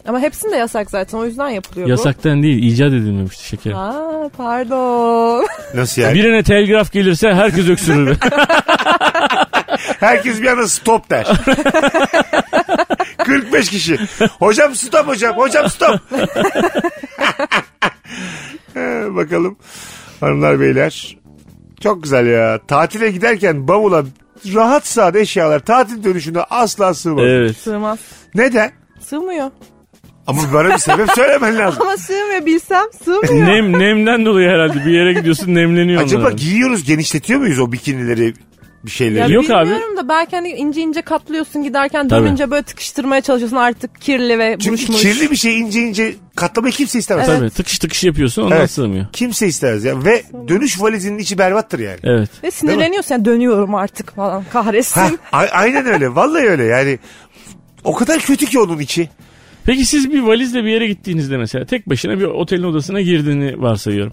Speaker 4: Ama hepsinde yasak zaten o yüzden yapılıyor
Speaker 5: yasaktan değil icat edilmemişti şeker.
Speaker 4: bu. Aa pardon.
Speaker 3: Nasıl yani?
Speaker 5: Birine telgraf gelirse herkes öksürür.
Speaker 3: Herkes bir anda stop der. 45 kişi. Hocam stop hocam. Hocam stop. Ee, Bakalım hanımlar beyler. Çok güzel ya. Tatile giderken bavula rahat sade eşyalar tatil dönüşünde asla sığmaz.
Speaker 5: evet.
Speaker 4: Sığmaz.
Speaker 3: Neden?
Speaker 4: Sığmıyor.
Speaker 3: Ama bana bir sebep söylemen lazım.
Speaker 4: Ama sığmıyor bilsem sığmıyor.
Speaker 5: Nem, nemden dolayı herhalde bir yere gidiyorsun nemleniyor
Speaker 3: Acaba
Speaker 5: onlar.
Speaker 3: giyiyoruz genişletiyor muyuz o bikinileri bir
Speaker 4: Ya
Speaker 3: şeyleri?
Speaker 5: Yok abi.
Speaker 4: bilmiyorum da belki hani ince ince katlıyorsun giderken
Speaker 5: Tabii.
Speaker 4: dönünce böyle tıkıştırmaya çalışıyorsun artık kirli ve
Speaker 3: Çünkü
Speaker 4: buruşmuş.
Speaker 3: kirli bir şey ince ince katlamayı kimse istemez.
Speaker 5: Tabii tıkış tıkış yapıyorsun ondan
Speaker 3: Evet.
Speaker 5: sığmıyor.
Speaker 3: Kimse istemez ya. Ve dönüş valizinin içi berbattır yani.
Speaker 5: Evet.
Speaker 4: Ve sinirleniyorsun yani dönüyorum artık falan
Speaker 3: Ha,
Speaker 4: kahretsin.
Speaker 3: a- aynen öyle. Vallahi öyle yani. O kadar kötü ki onun içi.
Speaker 5: Peki siz bir valizle bir yere gittiğinizde mesela tek başına bir otelin odasına girdiğini varsayıyorum.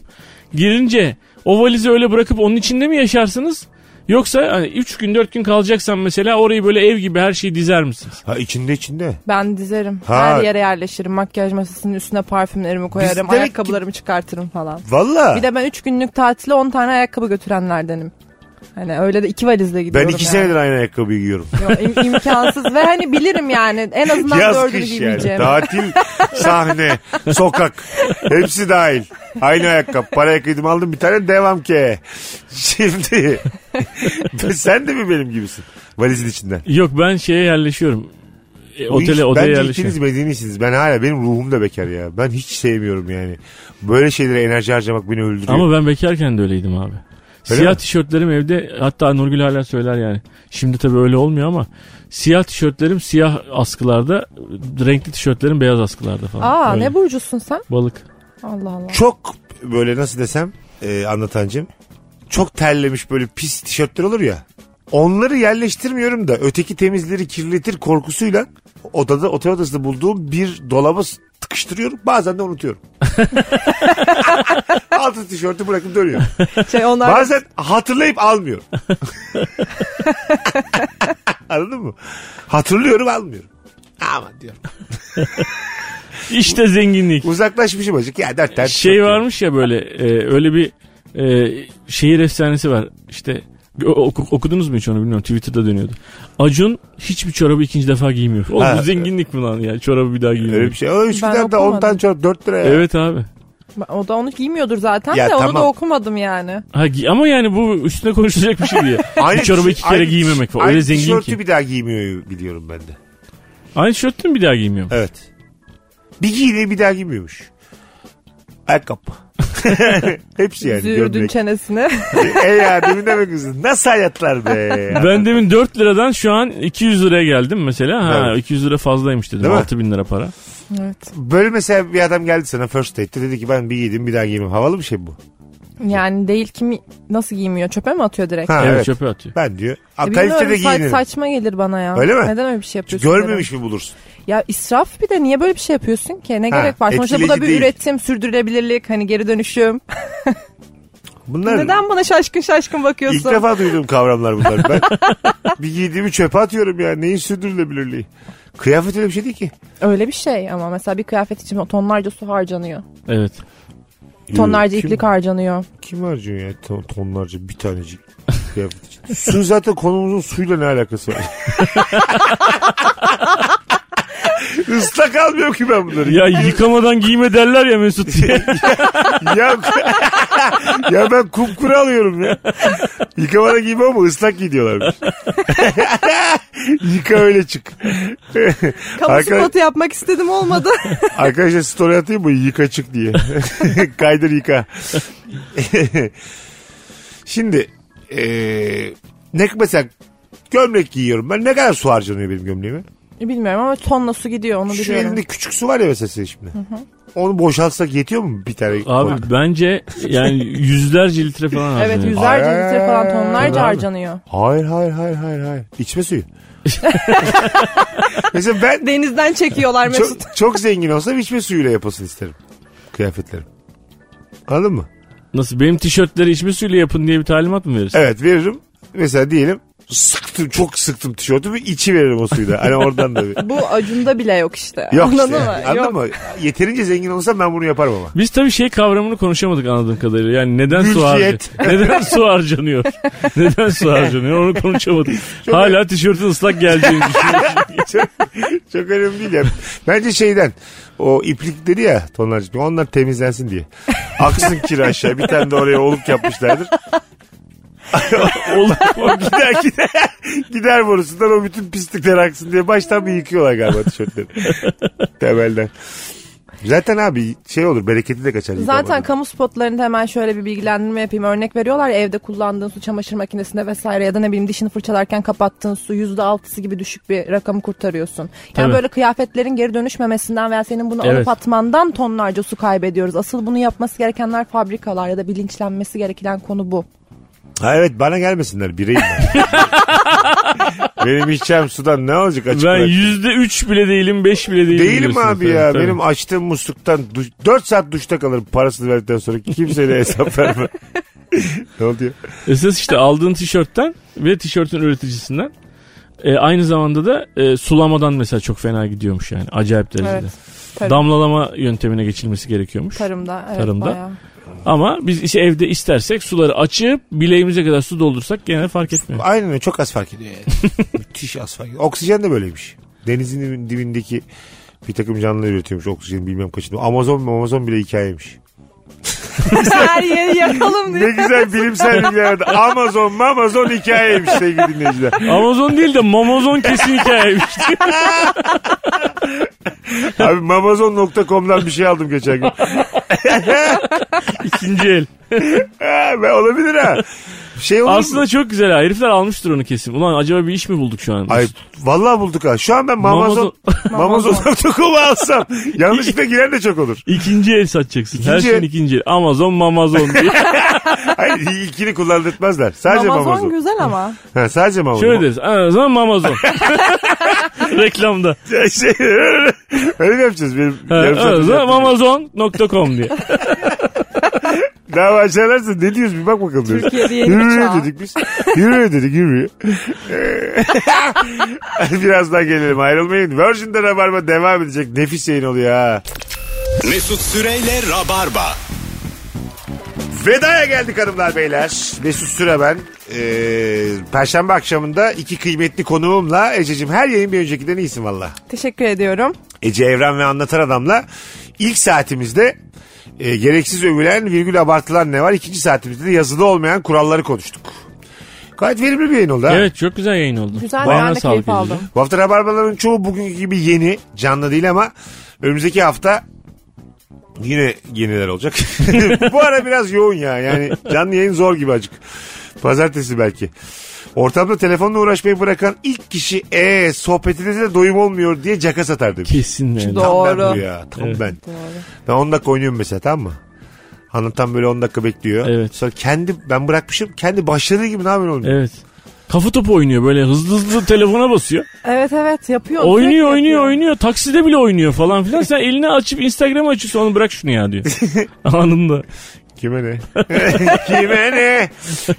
Speaker 5: Girince o valizi öyle bırakıp onun içinde mi yaşarsınız? Yoksa 3 gün 4 gün kalacaksan mesela orayı böyle ev gibi her şeyi dizer misiniz?
Speaker 3: Ha içinde içinde.
Speaker 4: Ben dizerim.
Speaker 3: Ha.
Speaker 4: Her yere yerleşirim. Makyaj masasının üstüne parfümlerimi koyarım.
Speaker 3: demek ki-
Speaker 4: ayakkabılarımı çıkartırım falan.
Speaker 3: Valla.
Speaker 4: Bir de ben 3 günlük tatile 10 tane ayakkabı götürenlerdenim. Hani öyle de iki valizle
Speaker 3: ben
Speaker 4: gidiyorum.
Speaker 3: iki
Speaker 4: yani.
Speaker 3: senedir aynı ayakkabıyı giyiyorum.
Speaker 4: Yo, im- imkansız ve hani bilirim yani en azından
Speaker 3: Yaz
Speaker 4: dördünü
Speaker 3: kış yani.
Speaker 4: giymeyeceğim.
Speaker 3: Tatil, sahne, sokak. Hepsi dahil. Aynı ayakkabı. Paraya kıydım aldım bir tane devam ki. Şimdi. sen de mi benim gibisin? Valizin içinden.
Speaker 5: Yok ben şeye yerleşiyorum. E,
Speaker 3: Bu iş-
Speaker 5: otele odaya
Speaker 3: Bence
Speaker 5: yerleşiyorum.
Speaker 3: ikiniz medinisiniz. Ben hala benim ruhum da bekar ya. Ben hiç sevmiyorum yani. Böyle şeylere enerji harcamak beni öldürüyor.
Speaker 5: Ama ben bekarken de öyleydim abi.
Speaker 3: Öyle
Speaker 5: siyah
Speaker 3: mi?
Speaker 5: tişörtlerim evde hatta Nurgül hala söyler yani. Şimdi tabii öyle olmuyor ama siyah tişörtlerim siyah askılarda, renkli tişörtlerim beyaz askılarda falan.
Speaker 4: Aa
Speaker 5: Öyle.
Speaker 4: ne burcusun sen?
Speaker 5: Balık.
Speaker 4: Allah Allah.
Speaker 3: çok böyle nasıl desem e, anlatancım çok terlemiş böyle pis tişörtler olur ya. Onları yerleştirmiyorum da öteki temizleri kirletir korkusuyla odada otel odasında bulduğum bir dolaba s- tıkıştırıyorum. Bazen de unutuyorum. Altı tişörtü bırakıp dönüyorum.
Speaker 4: Şey onlar
Speaker 3: Bazen hatırlayıp almıyorum. Anladın mı? Hatırlıyorum almıyorum. Aman diyorum.
Speaker 5: İşte zenginlik.
Speaker 3: Uzaklaşmışım acık. Ya dört tane
Speaker 5: Şey
Speaker 3: tişört var.
Speaker 5: varmış ya böyle e, öyle bir e, şehir efsanesi var. İşte o- oku- okudunuz mu hiç onu bilmiyorum. Twitter'da dönüyordu. Acun hiçbir çorabı ikinci defa giymiyor. Oğlum
Speaker 3: Ha,
Speaker 5: bu zenginlik mi lan ya? Çorabı bir daha giymiyor.
Speaker 3: Öyle bir şey. O Üsküdar'da 10 tane
Speaker 4: okumadım.
Speaker 3: çorap 4 liraya.
Speaker 5: Evet abi.
Speaker 4: o da onu giymiyordur zaten
Speaker 3: Ya
Speaker 4: de onu
Speaker 3: tamam.
Speaker 4: da okumadım yani.
Speaker 5: Ha, gi- ama yani bu üstüne konuşulacak bir şey diye. bir çorabı iki kere
Speaker 3: aynı-
Speaker 5: giymemek falan. Öyle
Speaker 3: aynı
Speaker 5: zengin
Speaker 3: tişörtü
Speaker 5: ki.
Speaker 3: bir daha giymiyor biliyorum ben de.
Speaker 5: Aynı tişörtü mü bir daha giymiyor?
Speaker 3: Evet. Bir giydiği bir daha giymiyormuş. Ayakkabı. Hepsi yani.
Speaker 4: Züğürdün
Speaker 3: gömlek.
Speaker 4: çenesini.
Speaker 3: e ya demin demek üzere. Nasıl hayatlar be?
Speaker 5: Ben demin 4 liradan şu an 200 liraya geldim mesela. Ha,
Speaker 3: Evet.
Speaker 5: 200 lira fazlaymış dedim.
Speaker 3: Değil mi?
Speaker 5: 6 bin lira para.
Speaker 4: evet.
Speaker 3: Böyle mesela bir adam geldi sana first date'te dedi ki ben bir giydim bir daha giymem. Havalı bir şey bu.
Speaker 4: Yani değil kimi nasıl giymiyor çöpe mi atıyor direkt?
Speaker 3: Ha,
Speaker 5: evet,
Speaker 3: evet.
Speaker 5: çöpe atıyor.
Speaker 3: Ben diyor. A,
Speaker 4: E,
Speaker 3: kalitede
Speaker 4: bilmiyorum, sa-
Speaker 3: giyinirim.
Speaker 4: saçma gelir bana ya.
Speaker 3: Öyle mi?
Speaker 4: Neden öyle bir şey
Speaker 3: Hiç
Speaker 4: yapıyorsun?
Speaker 3: Görmemiş mi bulursun?
Speaker 4: derim. Ya israf bir de niye böyle bir şey yapıyorsun ki? Ne
Speaker 3: Ha,
Speaker 4: gerek var? Sonuçta bu
Speaker 3: etkileyici
Speaker 4: da bir
Speaker 3: değil.
Speaker 4: üretim, sürdürülebilirlik, hani geri dönüşüm.
Speaker 3: Bunlar
Speaker 4: Neden bana şaşkın şaşkın bakıyorsun?
Speaker 3: ilk defa duyduğum kavramlar bunlar. Ben bir giydiğimi çöpe atıyorum ya. Neyin sürdürülebilirliği? Kıyafet öyle bir şey değil ki.
Speaker 4: Öyle bir şey ama mesela bir kıyafet için tonlarca su harcanıyor.
Speaker 5: Evet.
Speaker 4: Tonlarca
Speaker 3: Kim-
Speaker 4: iplik harcanıyor.
Speaker 3: Kim harcıyor ya ton- tonlarca bir tanecik kıyafet için? Su zaten konumuzun suyla ne alakası var? Islak almıyor ki ben bunları.
Speaker 5: Ya yıkamadan giyme derler ya Mesut diye.
Speaker 3: ya, ya ben kupkuru alıyorum ya. Yıkamada giyme ama ıslak giy diyorlarmış. Yıka öyle çık.
Speaker 4: Kamu
Speaker 3: Arka-
Speaker 4: spotu yapmak istedim olmadı.
Speaker 3: Arkadaşlar story atayım mı yıka çık diye. Kaydır yıka. Şimdi eee ne mesela gömlek giyiyorum ben. Ne kadar su harcanıyor benim gömleğime?
Speaker 4: Bilmiyorum ama tonla su gidiyor onu
Speaker 3: Şu
Speaker 4: biliyorum.
Speaker 3: elinde küçük su var ya mesela senin şimdi. Onu boşaltsak yetiyor mu bir tane?
Speaker 5: Abi bence yani yüzlerce litre falan harcıyor.
Speaker 4: Evet yüzlerce
Speaker 3: Ay,
Speaker 4: litre falan
Speaker 3: tabii abi.
Speaker 4: tonlarca harcanıyor.
Speaker 3: Hayır hayır hayır hayır hayır. İçme suyu. mesela ben
Speaker 4: Denizden çekiyorlar Mesut.
Speaker 3: çok, çok zengin olsam içme suyuyla yapılsın isterim. Kıyafetlerim. Anladın mı?
Speaker 5: Nasıl benim tişörtleri içme suyuyla yapın diye bir talimat mı verirsin?
Speaker 3: Evet veririm. Mesela diyelim sıktım çok sıktım tişörtümü içi veririm o suyla. Hani oradan da bir.
Speaker 4: Bu acunda bile yok işte.
Speaker 3: Yok
Speaker 4: Anladın
Speaker 3: işte.
Speaker 4: mı?
Speaker 3: Anladın
Speaker 4: Yok.
Speaker 3: mı? Yeterince zengin olsam ben bunu yaparım ama.
Speaker 5: Biz tabii şey kavramını konuşamadık anladığım kadarıyla. Yani neden su harcanıyor?
Speaker 3: Mülkiyet.
Speaker 5: Neden su harcanıyor? Neden su harcanıyor? Onu konuşamadık. Hala tişörtün ıslak geleceğini düşünüyorum.
Speaker 3: çok, çok önemli değil ya. Bence şeyden o iplikleri ya tonlarca iplik, onlar temizlensin diye. Aksın kira aşağı bir tane de oraya oluk yapmışlardır.
Speaker 5: Oğlum,
Speaker 3: O gider gider, gider borusundan o bütün pislikler aksın diye baştan bir yıkıyorlar galiba tişörtleri. Temelden. Zaten abi şey olur bereketi de kaçar.
Speaker 4: Zaten
Speaker 3: yıkamadan.
Speaker 4: kamu spotlarında hemen şöyle bir bilgilendirme yapayım. Örnek veriyorlar ya evde kullandığın su çamaşır makinesinde vesaire ya da ne bileyim dişini fırçalarken kapattığın su yüzde altısı gibi düşük bir rakamı kurtarıyorsun. Yani
Speaker 5: Tabii.
Speaker 4: böyle kıyafetlerin geri dönüşmemesinden veya senin bunu
Speaker 5: Evet.
Speaker 4: alıp atmandan tonlarca su kaybediyoruz. Asıl bunu yapması gerekenler fabrikalar ya da bilinçlenmesi gereken konu bu.
Speaker 3: Ha evet bana gelmesinler bireyim ben. Benim içeceğim sudan ne olacak açık
Speaker 5: ben
Speaker 3: bırak.
Speaker 5: yüzde üç bile değilim, beş bile değilim.
Speaker 3: Değilim
Speaker 5: diyorsunuz
Speaker 3: abi
Speaker 5: tabii,
Speaker 3: ya.
Speaker 5: tabii.
Speaker 3: Benim açtığım musluktan duş, 4 saat duşta kalırım parasını verdikten sonra kimseyle hesap vermem. ne oluyor?
Speaker 5: Esas işte aldığın tişörtten ve tişörtün üreticisinden e, aynı zamanda da e, sulamadan mesela çok fena gidiyormuş yani acayip derecede.
Speaker 4: Evet. Tarım-
Speaker 5: Damlalama yöntemine geçilmesi gerekiyormuş.
Speaker 4: tarımda. Evet,
Speaker 5: Tarımda.
Speaker 4: bayağı.
Speaker 5: Ama biz işte evde istersek suları açıp bileğimize kadar su doldursak gene fark etmiyor.
Speaker 3: Aynen öyle çok az fark ediyor yani. Müthiş az fark ediyor. Oksijen de böyleymiş. Denizin dibindeki bir takım canlılar üretiyormuş oksijeni bilmem kaçını. Amazon Amazon bile hikayeymiş.
Speaker 4: Her yeri yakalım
Speaker 3: Ne
Speaker 4: diye.
Speaker 3: güzel bilimsel bilgiler. Amazon Amazon hikayeymiş sevgili dinleyiciler.
Speaker 5: Amazon değil de mamazon kesin hikayeymiş.
Speaker 3: Abi mamazon.com'dan bir şey aldım geçen gün.
Speaker 5: İkinci el.
Speaker 3: Ha, be, Ee, olabilir ha. Şey olur mu?
Speaker 5: Aslında çok güzel ha. Herifler almıştır onu kesin. Ulan acaba bir iş mi bulduk şu an?
Speaker 3: Ay vallahi bulduk ha. Şu an ben mamazon mamazon.com'u alsam yanlışlıkla giren de çok olur.
Speaker 5: İkinci el satacaksın. Her
Speaker 3: İkinci
Speaker 5: şeyin
Speaker 3: el.
Speaker 5: ikinci el. Amazon mamazon diye.
Speaker 3: Hayır ikini kullandırtmazlar. Sadece
Speaker 4: Amazon
Speaker 3: mamazon.
Speaker 4: güzel ama.
Speaker 3: Ha, sadece mamazon.
Speaker 5: Şöyle deriz. Amazon mamazon. Reklamda.
Speaker 3: Şey, öyle mi yapacağız? Benim yarım saat önce
Speaker 5: Amazon
Speaker 3: yaptığım-
Speaker 5: mamazon.com diye.
Speaker 3: Daha başlarlarsa ne diyoruz bir bak bakalım. diyoruz.
Speaker 4: Türkiye'de yeni bir
Speaker 3: Yürüyor
Speaker 4: çağ.
Speaker 3: dedik biz. Yürüyor dedik yürüyor. Ee, Biraz daha gelelim ayrılmayın. Virgin'de Rabarba devam edecek. Nefis yayın oluyor ha.
Speaker 2: Mesut Süreyle Rabarba.
Speaker 3: Veda'ya geldik hanımlar beyler. Mesut Süre ben. Ee, Perşembe akşamında iki kıymetli konuğumla Ececiğim her yayın bir öncekinden iyisin valla.
Speaker 4: Teşekkür ediyorum.
Speaker 3: Ece Evren ve Anlatan Adam'la ilk saatimizde e, gereksiz övülen virgül abartılan ne var? İkinci saatimizde de yazılı olmayan kuralları konuştuk. Gayet verimli bir yayın oldu ha.
Speaker 5: Evet çok güzel yayın oldu.
Speaker 4: Güzel
Speaker 5: Ayağına
Speaker 4: ben de
Speaker 5: sağlık
Speaker 4: keyif
Speaker 5: Ece.
Speaker 4: aldım.
Speaker 3: Bu hafta rabarbaların çoğu bugünkü gibi yeni. Canlı değil ama önümüzdeki hafta yine yeniler olacak. Bu ara biraz yoğun ya. Yani canlı yayın zor gibi acık. Pazartesi belki. Ortamda telefonla uğraşmayı bırakan ilk kişi e sohbetinize de doyum olmuyor diye caka satar demiş.
Speaker 5: Kesin yani.
Speaker 4: Doğru.
Speaker 3: Tam ben bu ya. Tam ben. Ben 10 dakika oynuyorum mesela tamam mı? Hanım tam böyle 10 dakika bekliyor.
Speaker 5: Evet.
Speaker 3: Sonra kendi ben bırakmışım kendi başladığı gibi ne yapıyorsun oğlum?
Speaker 5: Evet. Kafa topu oynuyor böyle hızlı hızlı telefona basıyor.
Speaker 4: Evet evet yapıyor. sürekli
Speaker 5: Oynuyor oynuyor
Speaker 4: yapıyor.
Speaker 5: oynuyor. Takside bile oynuyor falan filan. Sen elini açıp Instagram açıyorsun onu bırak şunu ya diyor. Anında.
Speaker 3: Kime ne? Kime ne?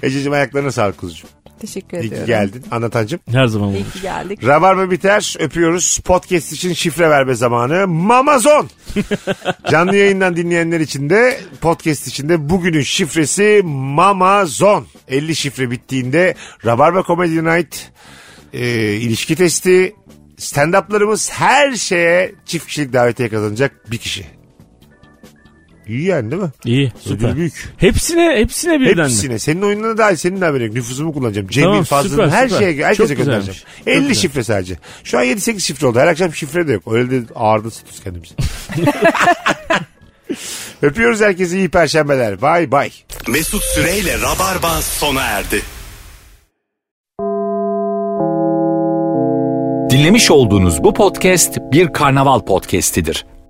Speaker 3: Ececiğim ayaklarına sağlık kuzucuğum.
Speaker 4: Teşekkür
Speaker 3: İyi ki
Speaker 4: ediyorum.
Speaker 3: geldin. Anlatancım.
Speaker 5: Her zaman olur.
Speaker 4: İyi ki geldik.
Speaker 3: Rabarba biter. Öpüyoruz. Podcast için şifre verme zamanı. Mamazon. Canlı yayından dinleyenler için de podcast için de bugünün şifresi Mamazon. 50 şifre bittiğinde Rabarba Comedy Night e, ilişki testi stand-up'larımız her şeye çift kişilik davetiye kazanacak bir kişi. İyi yani değil mi?
Speaker 5: İyi süper.
Speaker 3: Ödül büyük.
Speaker 5: Hepsine hepsine birden mi?
Speaker 3: Hepsine. Senin oyununa dahil senin de haberin yok. Nüfusumu kullanacağım. Cemil
Speaker 5: Tamam,
Speaker 3: Fazıl'ın
Speaker 5: süper,
Speaker 3: her
Speaker 5: süper.
Speaker 3: şeye herkese
Speaker 5: Çok
Speaker 3: göndereceğim.
Speaker 5: güzelmiş. Çok
Speaker 3: 50
Speaker 5: güzel.
Speaker 3: şifre sadece. Şu an 7-8 şifre oldu. Her akşam şifre de yok. Öyle de ağırda tutuyoruz kendimizi. Öpüyoruz herkese iyi perşembeler. Bay bay.
Speaker 2: Mesut Süreyle Rabarba sona erdi.
Speaker 1: Dinlemiş olduğunuz bu podcast bir karnaval podcastidir.